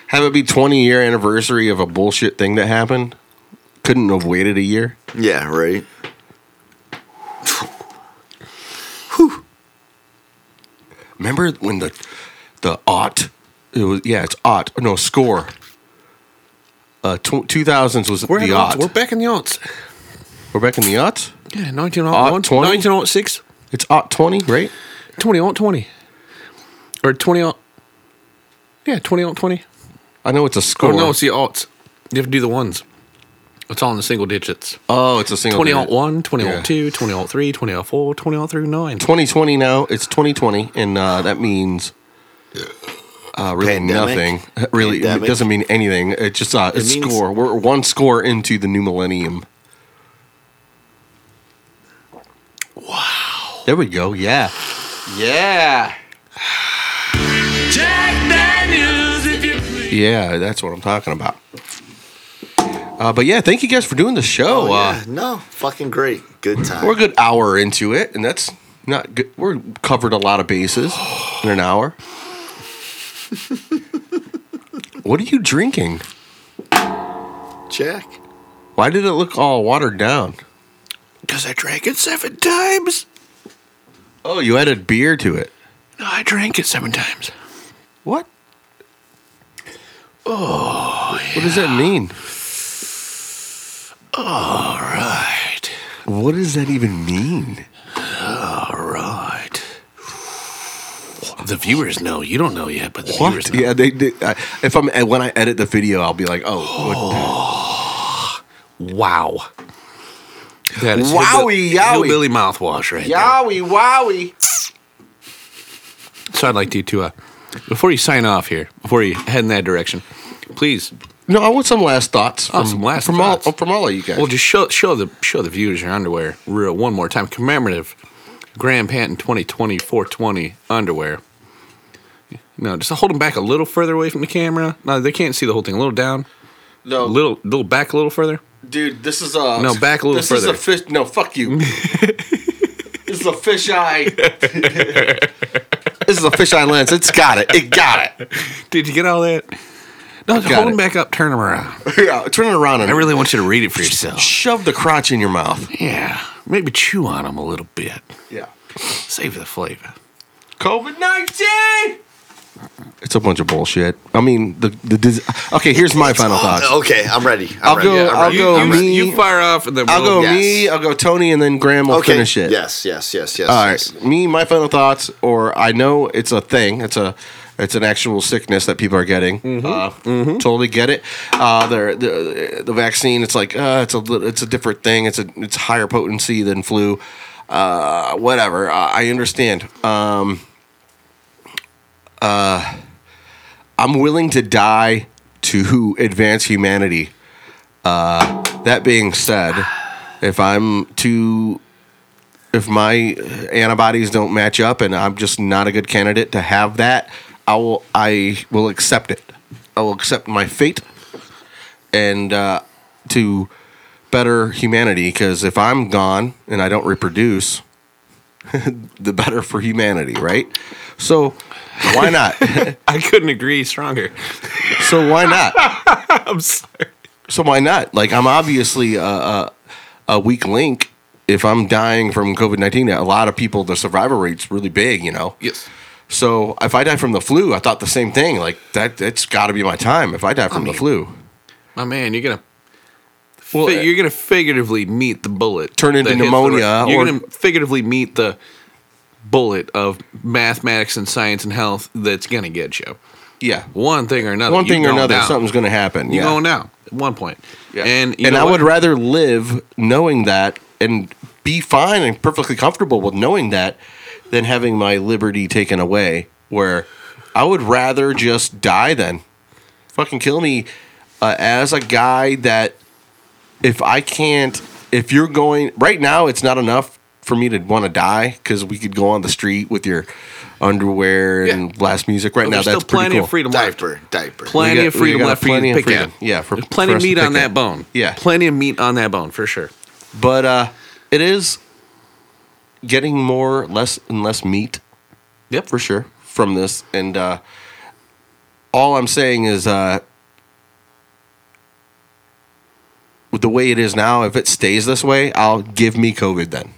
D: Have it be 20 year anniversary of a bullshit thing that happened. Couldn't have waited a year.
C: Yeah, right.
D: Remember when the the aught? It was yeah, it's aught. No score. Uh, two thousands was
A: We're,
D: the
A: the
D: aught.
A: we're back in the aughts.
D: We're back in the aught.
A: Yeah,
D: Aught
A: 1901,
D: 20?
A: 1906,
D: It's aught twenty, right?
A: 20 aught 20. Or 20 aught. Yeah, 20 aught 20.
D: I know it's a
A: Oh
D: score.
A: no, it's the aughts. You have to do the ones. It's all in the single digits.
D: Oh, it's a single.
A: 20 alt
D: digit.
A: 1, 20
D: Yeah.
A: alt 2, 20 alt 3, 20 alt 4, 20 alt through 9.
D: 2020 now. It's 2020, and uh, that means uh, really
C: Pandemic.
D: nothing. Really, it
C: Pandemic.
D: doesn't mean anything. It just uh, it's
A: means-
D: score. We're one score into the new millennium. Wow. There we go. Yeah. Yeah.
H: Jack Daniels, if you please.
D: Yeah, that's what I'm talking about. Uh, but yeah, thank you guys for doing the show.
C: yeah. Uh, No, fucking great. Good
D: uh, we're
C: time.
D: a good hour into it, and that's not good. We're covered a lot of bases in an hour. what are you drinking?
C: Jack.
D: Why did it look all watered down?
A: Because I drank it seven times.
D: Oh, you added beer to it.
A: No, I drank it seven times.
D: What? Oh, what does that mean?
A: All right.
D: What does that even mean?
A: All right. The viewers know. You don't know yet, but the viewers know.
D: Yeah, they did. I, if I'm and when I edit the video, I'll be like, oh,
A: wow. That is hillbilly,
D: Wowie, yowie.
A: hillbilly mouthwash right there.
D: yowie, wowie.
A: So I'd like you to, uh, before you sign off here, before you head in that direction, please.
D: No, I want some last thoughts.
A: Oh,
D: from-
A: some last
D: from all from all of you guys.
A: Well, just show show the show the viewers your underwear real one more time. Commemorative Grand Panton 2020 420 underwear. No, just hold them back a little further away from the camera. No, they can't see the whole thing. A little down. A
D: No.
A: little little back a little further.
D: Dude, this is a
A: No, back a little
D: this
A: further.
D: is a fish. No, fuck you. this is a fish eye. this is a fish eye lens. It's got it. It got it.
A: Did you get all that? No,
D: got
A: hold them
D: it.
A: back up. Turn them around.
D: yeah, turn it around. And
A: I really want you to read it for yourself.
D: shove the crotch in your mouth.
A: Yeah, maybe chew on them a little bit.
D: Yeah.
A: Save the flavor.
D: COVID nineteen. It's a bunch of bullshit. I mean, the the dis- okay. Here's my final thoughts.
C: Oh, Okay, I'm ready. I'm
D: I'll
C: ready.
D: go.
C: Yeah, I'm
D: I'll
C: ready.
D: go.
C: I'm ready.
D: me.
A: fire off and then
D: I'll go
C: Yes.
D: me. I'll go Tony, and then Graham will
C: Okay.
D: finish it.
C: Yes, yes, yes, yes.
D: All right, me, my final thoughts, or I know it's a thing. It's a, it's an actual sickness that people are getting.
C: Mm-hmm.
D: Uh, Totally get it. Uh, they're- the the vaccine. It's like uh, it's a lit- it's a different thing. It's a it's higher potency than flu. Uh, whatever. I I understand. Um, uh, I'm willing to die to advance humanity. Uh, that being said, if I'm too if my antibodies don't match up and I'm just not a good candidate to have that, I will I will accept it. I will accept my fate and uh, to better humanity because if I'm gone and I don't reproduce, the better for humanity, right? So why not?
A: I couldn't agree stronger.
D: So why not? I'm sorry. So why not? Like I'm obviously a, a, a weak link. If I'm dying from COVID nineteen, a lot of people the survivor rate's really big. You know.
A: Yes.
D: So if I die from the flu, I thought the same thing. Like that, it's got to be my time. If I die from the flu,
A: My man, you're gonna. Well, you're gonna figuratively meet the bullet.
D: Turn into
A: that hits the-
D: pneumonia
A: you're
D: or-
A: gonna figuratively meet the bullet of mathematics and science and health that's gonna get you.
D: Yeah.
A: One thing or another.
D: one
A: you're
D: thing or
A: going
D: another,
A: down.
D: something's going to happen.
A: You're
D: yeah.
A: going down at one point. Yeah. And you
D: and
A: know
D: I
A: what?
D: would rather live knowing that and be fine and perfectly comfortable with knowing that than having my liberty taken away. Where I would rather just die than fucking kill me uh, as a guy that if I can't, if you're going right now, it's not enough for me to want to die because we could go on the street with your underwear and blast music right
A: But
D: now.
A: Oh, there's
D: That's
A: still plenty
D: pretty cool.
A: of freedom left.
C: Diaper, diaper.
A: Plenty
D: We got-
A: of freedom
D: we got
A: left for you
D: plenty
A: to pick
D: of freedom.
A: at.
D: Yeah, for-
A: There's plenty of
D: for us to
A: meat
D: pick
A: on that
D: at.
A: bone.
D: Yeah.
A: plenty of meat on that bone for sure.
D: but uh it is getting more less and less meat
A: yep
D: for sure from this and uh all i'm saying is uh with the way it is now if it stays this way i'll give me covid then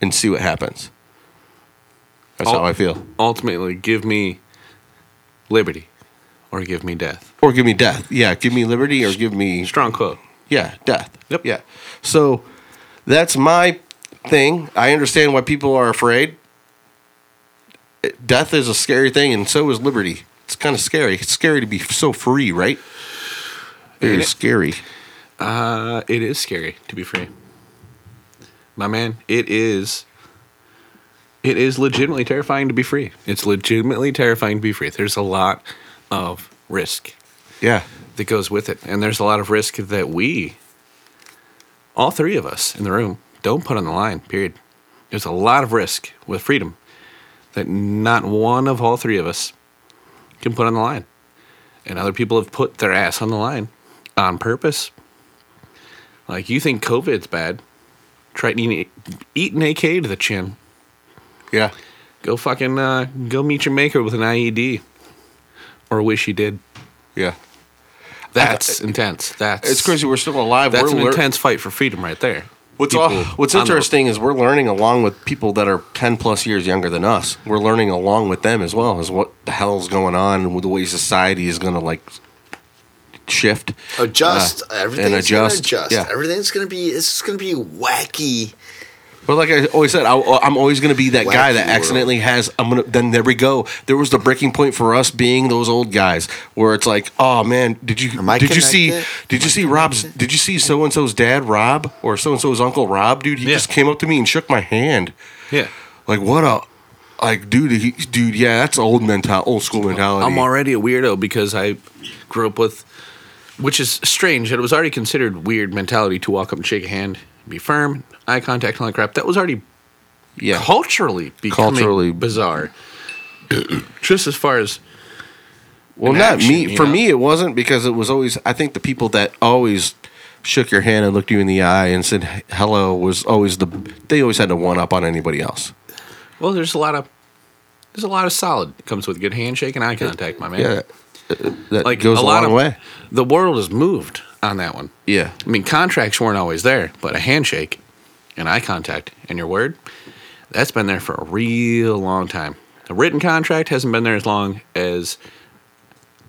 D: and see what happens that's how
A: Ul-
D: i feel
A: Ultimately, give me liberty, or give me death.
D: or give me death yeah give me liberty or give me
A: strong quote
D: yeah death yep yeah so that's my thing i understand why people are afraid Eh, death is a scary thing, and so is liberty. It's kind of scary. It's scary to be so free, right? It
A: Ain't
D: is
A: it?
D: scary.
A: Uh, it is scary to be free. My man, it is. It is legitimately terrifying to be free. It's legitimately terrifying to be free. There's a lot of risk
D: Yeah.
A: that goes with it, and there's a lot of risk that we, all three of us in the room, don't put on the line. Period. There's a lot of risk with freedom that not one of all three of us can put on the line, and other people have put their ass on the line on purpose. Like you think COVID's bad? Try eating eat an AK to the chin.
D: Yeah.
A: Go fucking uh, go meet your maker with an IED, or wish you did.
D: Yeah.
A: That's intense. That's
D: It's crazy. We're still alive.
A: That's
D: We're
A: an
D: lear-
A: intense fight for freedom right there.
D: What's
A: People
D: all, What's
A: on the-
D: interesting is we're learning along with people that are ten plus years younger than us. We're learning along with them as well as what the hell's going on and the way society is going to like shift,
C: Adjust.
D: uh,
C: Everything's
D: and adjust.
C: Gonna adjust.
D: Yeah.
C: Everything's gonna be. It's just gonna be wacky
D: But like I always said, I, I'm always going to be that guy that
A: Wacky world.
D: accidentally has. I'm gonna. Then there we go. There was the breaking point for us being those old guys, where it's like, oh man, did you
C: I
D: did you see
C: connected?
D: did you see Rob's did you see so and so's dad Rob or so and so's uncle Rob? Dude, he just came up to me and shook my hand.
A: Yeah.
D: Like what a like dude he, dude yeah that's old mental old school mentality.
A: I'm already a weirdo because I grew up with, which is strange. It was already considered weird mentality to walk up and shake a hand, be firm, eye contact, and all that crap. That was already
D: yeah.
A: culturally becoming
D: Culturally.
A: bizarre. Just as far as
D: Well,
A: an
D: not
A: action,
D: me.
A: you
D: For
A: know?
D: me, it wasn't because it was always. I think the people that always shook your hand and looked you in the eye and said "Hey, hello was always the. They always had to one up on anybody else.
A: well, there's a lot of there's a lot of solid that comes with good handshake and eye contact, my man.
D: Yeah, that, that
A: Like,
D: goes
A: a
D: a,
A: lot of-
D: long way.
A: The world has moved on that one.
D: Yeah,
A: I mean, contracts weren't always there, but a handshake and eye contact and your word, that's been there for a real long time. A written contract hasn't been there as long as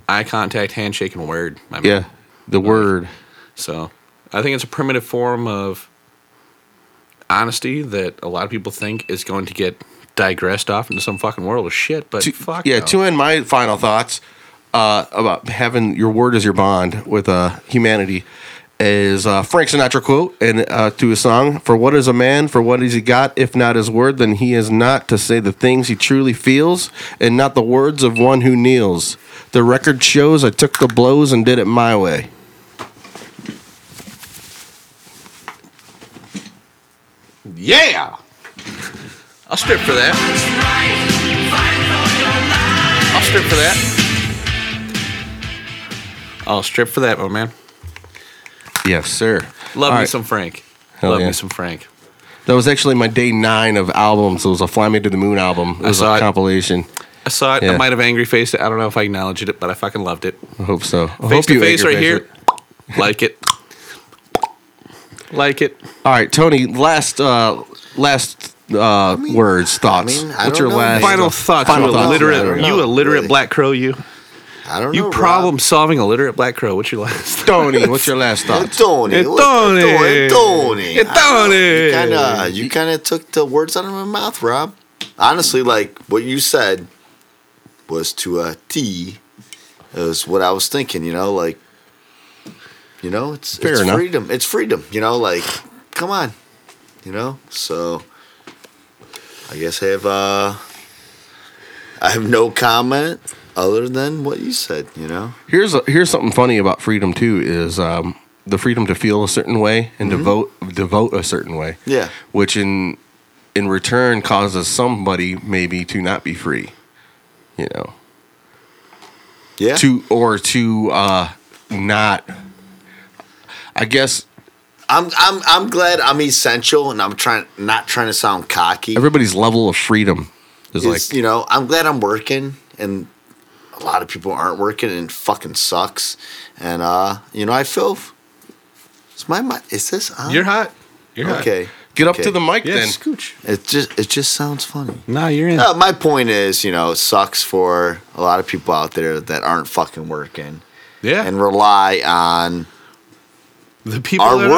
A: eye contact, handshake, and word. I mean,
D: yeah, the word.
A: So I think it's a primitive form of honesty that a lot of people think is going to get digressed off into some fucking world of shit, but fuck.
D: yeah,
A: no.
D: to end my final thoughts uh, about having your word as your bond with uh, humanity is uh, Frank Sinatra quote and uh, to his song for what is a man for what has he got if not his word then he is not to say the things he truly feels and not the words of one who kneels the record shows I took the blows and did it my way
A: Yeah! I'll strip for that. I'll strip for that. I'll strip for that, my man.
D: yes sir
A: Love
D: All
A: me
D: right.
A: some Frank.
D: Hell
A: Love
D: yeah.
A: me some Frank.
D: that was actually my day nine of albums it was a Fly Me to the Moon album it
A: I
D: was
A: saw
D: a
A: it.
D: compilation
A: I saw it.
D: Yeah.
A: I might have angry faced it. I don't know if I acknowledged it, but I fucking loved it.
D: I hope so I
A: face
D: hope
A: to face right
D: anger-faced it.
A: here. like it. Like it.
D: All right, Tony. Last, uh, last uh, words, thoughts.
C: I mean, I
D: What's
C: don't
D: your
C: know,
D: last
C: man. Final
A: thoughts, you illiterate- you illiterate black crow, you.
C: I don't
A: You
C: know.
A: problem solving illiterate black crow. What's your last?
D: Tony, what's your last
C: Rob.
D: thought?
C: Tony,
A: Eh,
C: what-
A: Tony.
C: Tony, Tony,
A: Eh, Tony.
C: You kind of, you kind of took the words out of my mouth, Rob. Honestly, like what you said was to a T. Is what I was thinking. You know, like, you know, it's
D: Fair
C: it's
D: enough.
C: freedom. It's freedom. You know, like, come on. You know, so I guess I have uh, I have no comment other than what you said. You know,
D: Here's a, here's something funny about freedom too is um, the freedom to feel a certain way and to vote to vote a certain way,
C: Mm-hmm. yeah.
D: which in in return causes somebody maybe to not be free. You know,
C: Yeah.
D: to or to uh, not. I guess
C: I'm I'm I'm glad I'm essential and I'm trying not trying to sound cocky.
D: everybody's level of freedom is like
C: It's, you know, I'm glad I'm working and a lot of people aren't working and it fucking sucks. And uh, you know, I feel is my mi- is this on?
A: You're hot. You're hot.
C: okay.
D: get up
C: okay.
D: to the mic
A: Yeah,
D: then.
A: scooch.
C: It just it just sounds funny.
A: Nah, you're in.
C: Uh, my point is, you know, it sucks for a lot of people out there that aren't fucking working
A: yeah.
C: and rely on
A: the people
C: our
A: that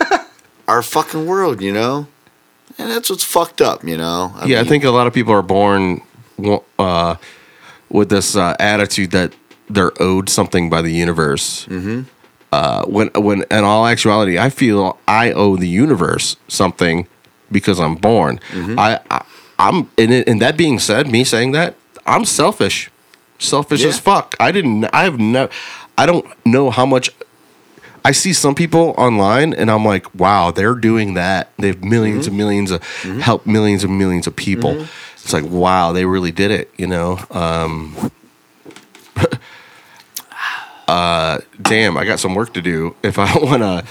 C: world.
A: are.
C: our fucking world, you know? And that's what's fucked up, you know?
D: yeah,
C: mean,
D: I think a lot of people are born uh, with this uh, attitude that they're owed something by the universe. Mm-hmm. Uh, when, when in all actuality, I feel I owe the universe something because I'm born. I, I, I'm and, it, and that being said, me saying that I'm selfish, selfish
C: Yeah.
D: as fuck. I didn't. I have no. I don't know how much I see some people online and I'm like, wow, they're doing that. They've 1000000s and millions of helped millions and millions of people. It's like, wow, they really did it, you know? Um, uh, damn, I got some work to do if I want to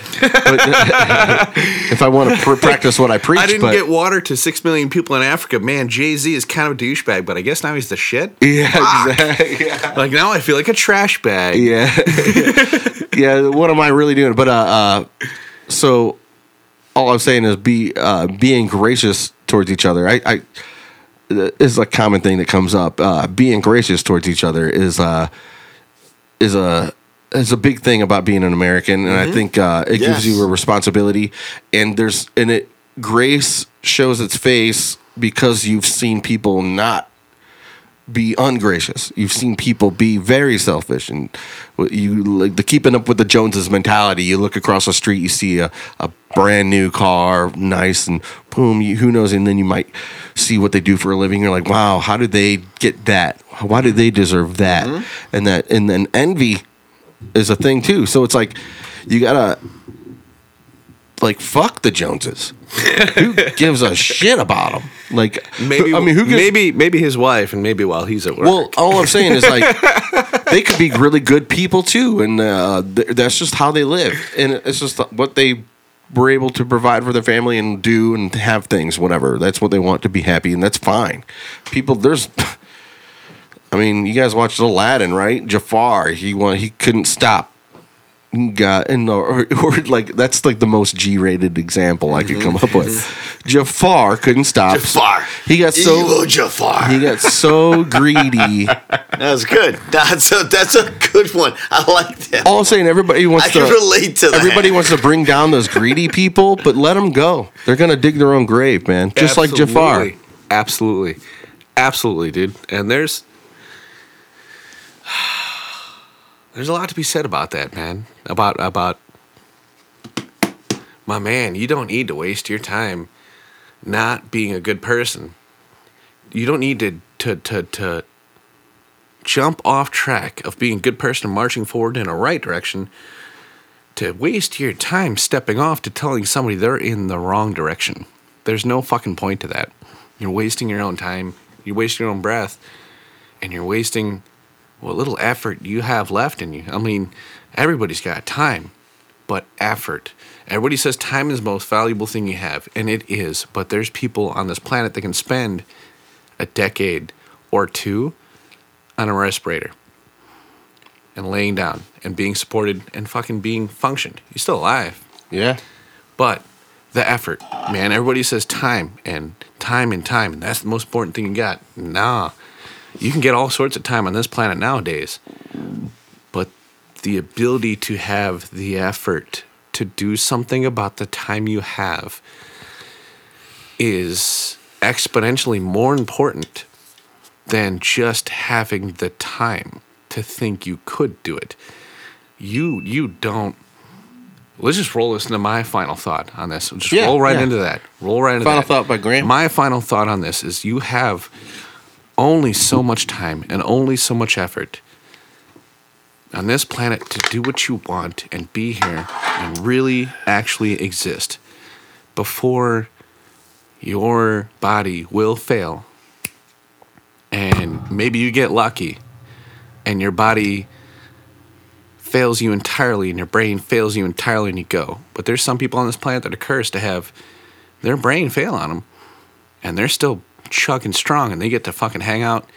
D: if I want to pr- practice what I preach,
A: I didn't
D: but
A: get water to six million people in Africa. Man, Jay Z is kind of a douchebag, but I guess now he's the shit.
D: yeah, exactly.
A: Like now I feel like a trash bag.
D: Yeah. yeah, what am I really doing? But uh, uh so all I'm saying is be uh being gracious towards each other. I I is a common thing that comes up. Uh being gracious towards each other is uh is a is a big thing about being an American and I think uh it
C: Yes.
D: gives you a responsibility and there's and it grace shows its face because you've seen people not be ungracious. You've seen people be very selfish, and what you like the keeping up with the Joneses mentality. You look across the street, you see a, a brand new car, nice, and boom, you, who knows? And then you might see what they do for a living. You're like, wow, how did they get that? Why do they deserve that?
A: Mm-hmm.
D: And that, and then envy is a thing too. So it's like you gotta like fuck the Joneses. who gives a shit about them? Like
A: Maybe
D: I mean, who gives,
A: maybe maybe his wife, and maybe while he's at work.
D: well, all I'm saying is like they could be really good people too, and uh, th- that's just how they live, and it's just what they were able to provide for their family and do and have things, whatever. That's what they want to be happy, and that's fine. People, there's. I mean, you guys watched Aladdin, right? Jafar, he wa- he couldn't stop. Got and or, or like that's like the most G-rated example I could come up with. Jafar couldn't stop.
C: Jafar.
D: he got so
C: Evil Jafar.
D: He got so greedy.
C: That's good. That's a that's a good one. I like that.
D: All I'm saying, everybody wants
C: I
D: to
C: can relate to that.
D: Everybody wants to bring down those greedy people, but let them go. They're gonna dig their own grave, man. Just like Jafar.
A: Absolutely. Absolutely. Absolutely, dude. And there's there's a lot to be said about that, man. About about my man, you don't need to waste your time not being a good person. You don't need to to to, to jump off track of being a good person and marching forward in a right direction to waste your time stepping off to telling somebody they're in the wrong direction. There's no fucking point to that. You're wasting your own time, you're wasting your own breath, and you're wasting what little effort you have left in you. I mean, everybody's got time, but effort. Everybody says time is the most valuable thing you have, and it is, but there's people on this planet that can spend a decade or two on a respirator and laying down and being supported and fucking being functioned. You're still alive.
D: Yeah.
A: But the effort, man, everybody says time and time and time, and that's the most important thing you got. Nah. You can get all sorts of time on this planet nowadays. But the ability to have the effort to do something about the time you have is exponentially more important than just having the time to think you could do it. You you don't. Let's just roll this into my final thought on this. Just
D: Yeah,
A: roll right
D: yeah.
A: into that. Roll right into
D: Final
A: that.
D: thought by Graham.
A: My final thought on this is you have only so much time and only so much effort on this planet to do what you want and be here and really actually exist before your body will fail and maybe you get lucky and your body fails you entirely and your brain fails you entirely and you go but there's some people on this planet that are cursed to have their brain fail on them and they're still chugging strong and they get to fucking hang out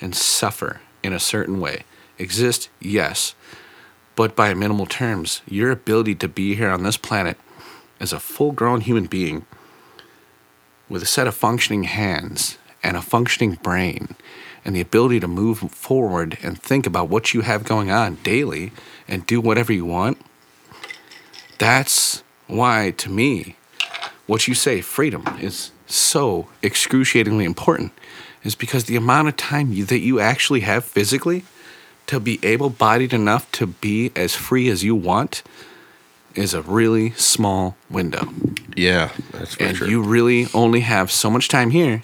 A: and suffer in a certain way exist yes but by minimal terms your ability to be here on this planet as a full grown human being with a set of functioning hands and a functioning brain and the ability to move forward and think about what you have going on daily and do whatever you want. That's why, to me, what you say, freedom, is so excruciatingly important, is because the amount of time you, that you actually have physically to be able bodied enough to be as free as you want is a really small window
D: Yeah, that's for
A: and
D: sure.
A: you really only have so much time here.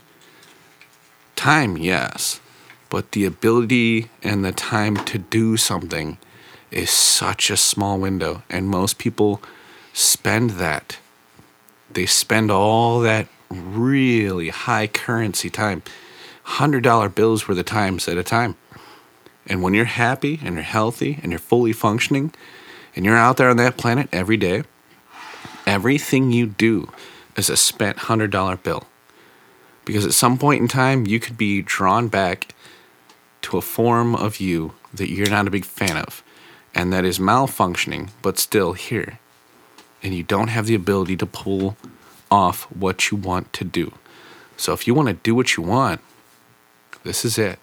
A: Time, yes, but the ability and the time to do something is such a small window, and most people spend that. They spend all that really high currency time, hundred dollar bills worth of times at a time. And when you're happy and you're healthy and you're fully functioning, and you're out there on that planet every day, everything you do is a spent $100 bill. Because at some point in time, you could be drawn back to a form of you that you're not a big fan of and that is malfunctioning but still here. And you don't have the ability to pull off what you want to do. So if you want to do what you want, this is it.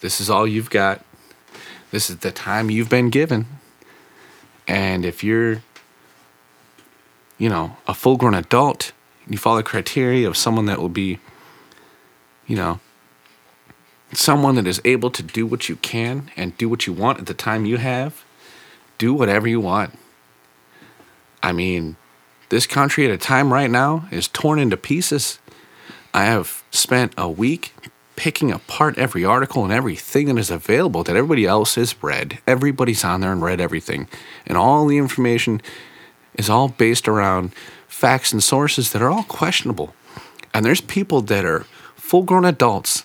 A: This is all you've got. This is the time you've been given. And if you're you know, a full grown adult and you follow the criteria of someone that will be, you know, someone that is able to do what you can and do what you want at the time you have, do whatever you want. I mean, this country at a time right now is torn into pieces. I have spent a week picking apart every article and everything that is available that everybody else has read. Everybody's on there and read everything. And all the information is all based around facts and sources that are all questionable. And there's people that are full grown adults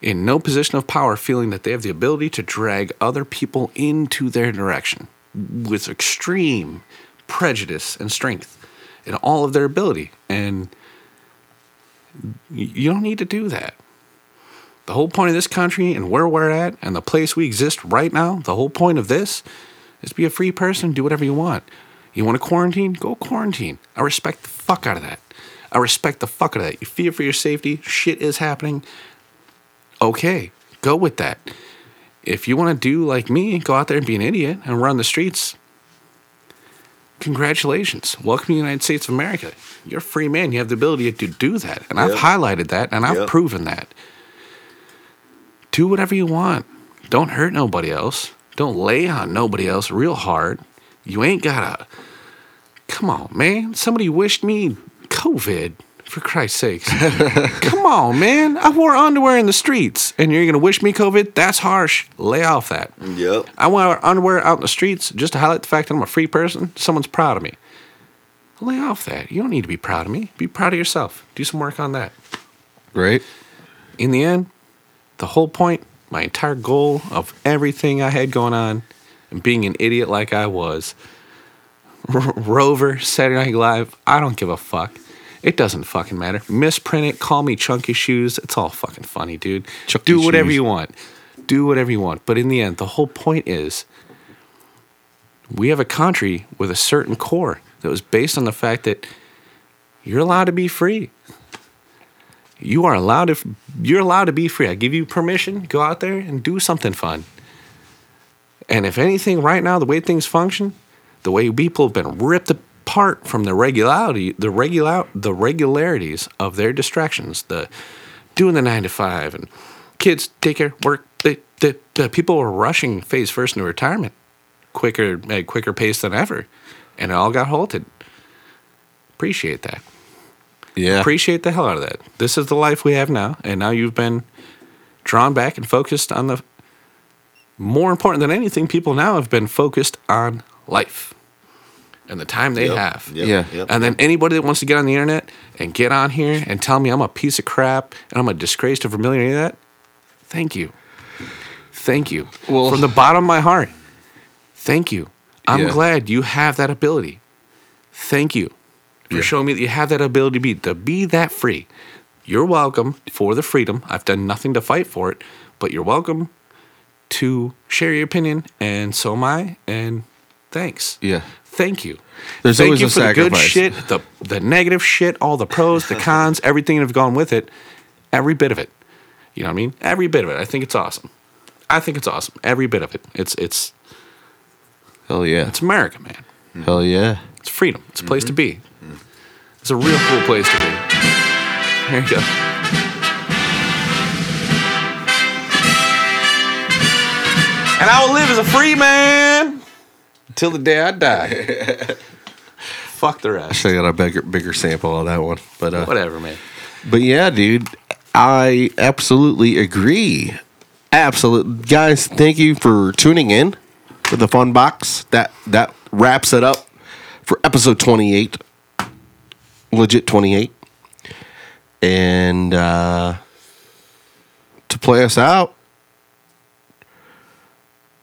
A: in no position of power feeling that they have the ability to drag other people into their direction with extreme prejudice and strength in all of their ability. And you don't need to do that. The whole point of this country and where we're at and the place we exist right now, the whole point of this is be a free person, do whatever you want. You want to quarantine? Go quarantine. I respect the fuck out of that. I respect the fuck out of that. You fear for your safety, shit is happening. Okay, go with that. If you want to do like me, go out there and be an idiot and run the streets, congratulations. Welcome to the United States of America. You're a free man. You have the ability to do that. And I've
M: Yep.
A: highlighted that and I've
M: Yep.
A: proven that. Do whatever you want. Don't hurt nobody else. Don't lay on nobody else real hard. You ain't gotta. Come on, man. Somebody wished me COVID, for Christ's sakes. Come on, man. I wore underwear in the streets and you're gonna wish me COVID? That's harsh. Lay off that.
C: Yep.
A: I wear underwear out in the streets just to highlight the fact that I'm a free person. Someone's proud of me. Lay off that. You don't need to be proud of me. Be proud of yourself. Do some work on that.
D: Right?
A: In the end, the whole point, my entire goal of everything I had going on and being an idiot like I was, Rover, Saturday Night Live, I don't give a fuck. It doesn't fucking matter. Misprint it, call me chunky shoes. It's all fucking funny, dude. Do whatever
M: Shoes.
A: you want. Do whatever you want. But in the end, the whole point is we have a country with a certain core that was based on the fact that you're allowed to be free. You are allowed to. You're allowed to be free. I give you permission. Go out there and do something fun. And if anything, right now, the way things function, the way people have been ripped apart from the regularity, the regular, the regularities of their distractions, the doing the nine to five and kids take care, work. They, the, the people were rushing face first into retirement, quicker at a quicker pace than ever, and it all got halted. Appreciate that.
D: Yeah.
A: Appreciate the hell out of that. This is the life we have now, and now you've been drawn back and focused on the more important than anything, people now have been focused on life and the time they
M: Yep,
A: have.
M: yep, Yeah. yep.
A: And then anybody that wants to get on the internet and get on here and tell me I'm a piece of crap and I'm a disgrace to Vermilion or any of that, thank you. Thank you. Well, From the bottom of my heart, thank you. I'm
M: Yeah.
A: glad you have that ability. Thank you for showing me that you have that ability to be to be that free. You're welcome for the freedom. I've done nothing to fight for it, but you're welcome to share your opinion, and so am I. And thanks.
D: Yeah.
A: Thank you.
D: There's
A: Thank
D: always
A: you
D: a
A: for the good
D: sacrifice.
A: shit, the the negative shit, all the pros, the cons, everything that have gone with it, every bit of it. You know what I mean? Every bit of it. I think it's awesome. I think it's awesome. Every bit of it. It's it's
D: Hell yeah.
A: it's America, man.
D: Hell yeah.
A: It's freedom. It's a place
D: Mm-hmm.
A: to be. It's a real cool place to be. There you go. And I will live as a free man till the day I die. Fuck the
D: I
A: rest.
D: should have got a bigger, bigger sample on that one. But uh,
A: Whatever, man.
D: But yeah, dude, I absolutely agree. Absolute guys, thank you for tuning in for the fun box. That that wraps it up for episode twenty eight. Legit twenty eight. And uh to play us out.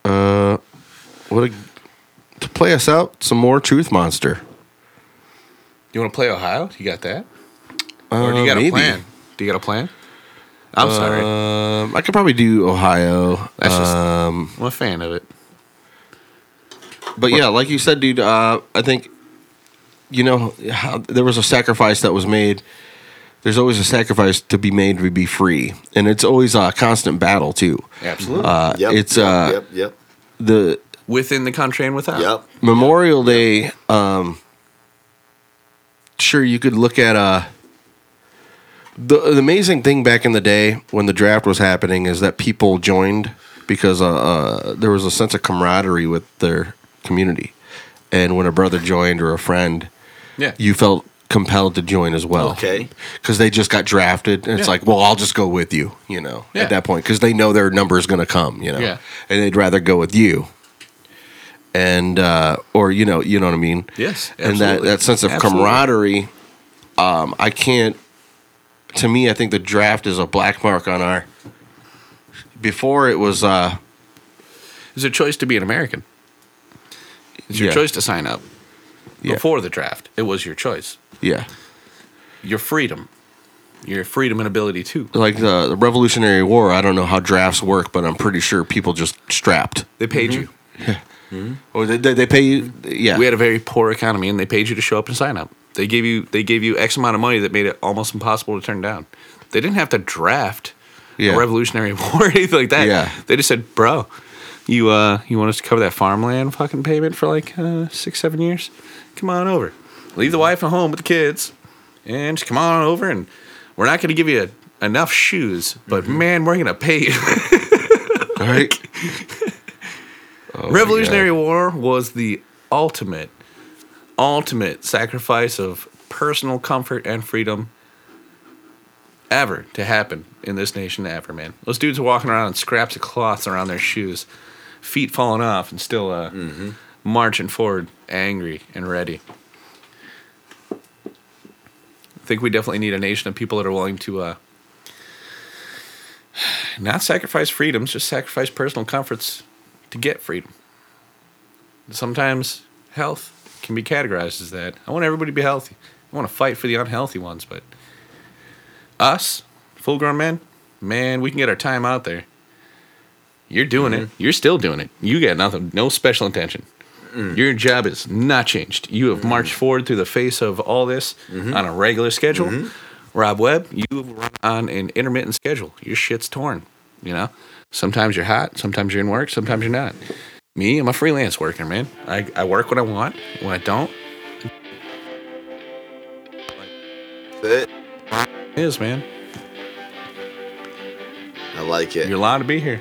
D: Uh what a to play us out some more Truth Monster.
A: You want to play Ohio? You got that? Or do you
D: Uh,
A: got a
D: maybe.
A: plan? Do you got a plan? I'm sorry.
D: Um, I could probably do Ohio.
A: That's just-
D: um,
A: I'm a fan of it.
D: But yeah, like you said, dude, uh, I think you know how there was a sacrifice that was made. There's always a sacrifice to be made to be free, and it's always a constant battle too.
A: Absolutely.
D: Uh, it's uh,
C: Yep. Yep.
D: the
A: Within the country and without.
C: Yep.
D: Memorial Day. Um, sure you could look at uh the, the amazing thing back in the day when the draft was happening is that people joined because uh, uh, there was a sense of camaraderie with their community, and when a brother joined or a friend,
A: Yeah.
D: you felt compelled to join as well. Okay, because they just got drafted, and it's
A: Yeah.
D: like, well, I'll just go with you, you know,
A: Yeah.
D: at that point, because they know their number is going to come, you know,
A: Yeah.
D: and they'd rather go with you, and uh, or you know, you know what I mean,
A: Yes,
D: and that
A: absolutely.
D: that sense of
A: Absolutely.
D: camaraderie, um, I can't. To me, I think the draft is a black mark on our. Before it was, uh,
A: It's a choice to be an American. It's your
D: Yeah.
A: choice to sign up.
D: Yeah.
A: Before the draft, it was your choice.
D: yeah,
A: Your freedom. Your freedom and ability to.
D: like the, the Revolutionary War. I don't know how drafts work, but I'm pretty sure people just strapped.
A: They paid you.
D: Or they, they, they pay you. Mm-hmm. Yeah.
A: We had a very poor economy and they paid you to show up and sign up. They gave you they gave you X amount of money that made it almost impossible to turn down. They didn't have to draft
D: Yeah.
A: a Revolutionary War or anything like that.
D: Yeah.
A: They just said, bro, you uh you want us to cover that farmland fucking payment for like uh, six, seven years? Come on over. Leave the wife at home with the kids and just come on over and we're not gonna give you enough shoes, but
D: Mm-hmm.
A: man, we're gonna pay you.
D: All right. Oh, my
A: Revolutionary War was the ultimate, ultimate sacrifice of personal comfort and freedom ever to happen in this nation ever, man. Those dudes are walking around in scraps of cloth around their shoes, feet falling off, and still uh,
D: Mm-hmm.
A: marching forward, angry and ready. I think we definitely need a nation of people that are willing to uh, not sacrifice freedoms, just sacrifice personal comforts to get freedom. Sometimes health can be categorized as that. I want everybody to be healthy. I want to fight for the unhealthy ones, but us, full grown men, man, we can get our time out there. You're doing it. You're still doing it. You got nothing, no special intention. Your job is not changed. You have marched forward through the face of all this on a regular schedule. Rob Webb, you run on an intermittent schedule. Your shit's torn. You know, sometimes you're hot, sometimes you're in work, sometimes you're not. Me, I'm a freelance worker, man. I, I work when I want. When I don't,
C: That's it.
A: it is, man.
C: I like it.
A: You're allowed to be here.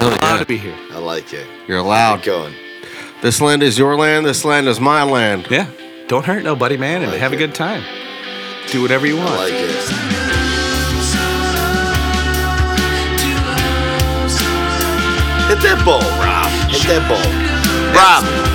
D: Oh,
A: allowed
D: yeah.
A: to be here.
C: I like it.
D: You're allowed.
C: Going.
D: This land is your land. This land is my land.
A: Yeah. Don't hurt nobody, man, and have a good time. Do whatever you want.
C: like it. Hit that ball, Rob. Hit that ball. Rob,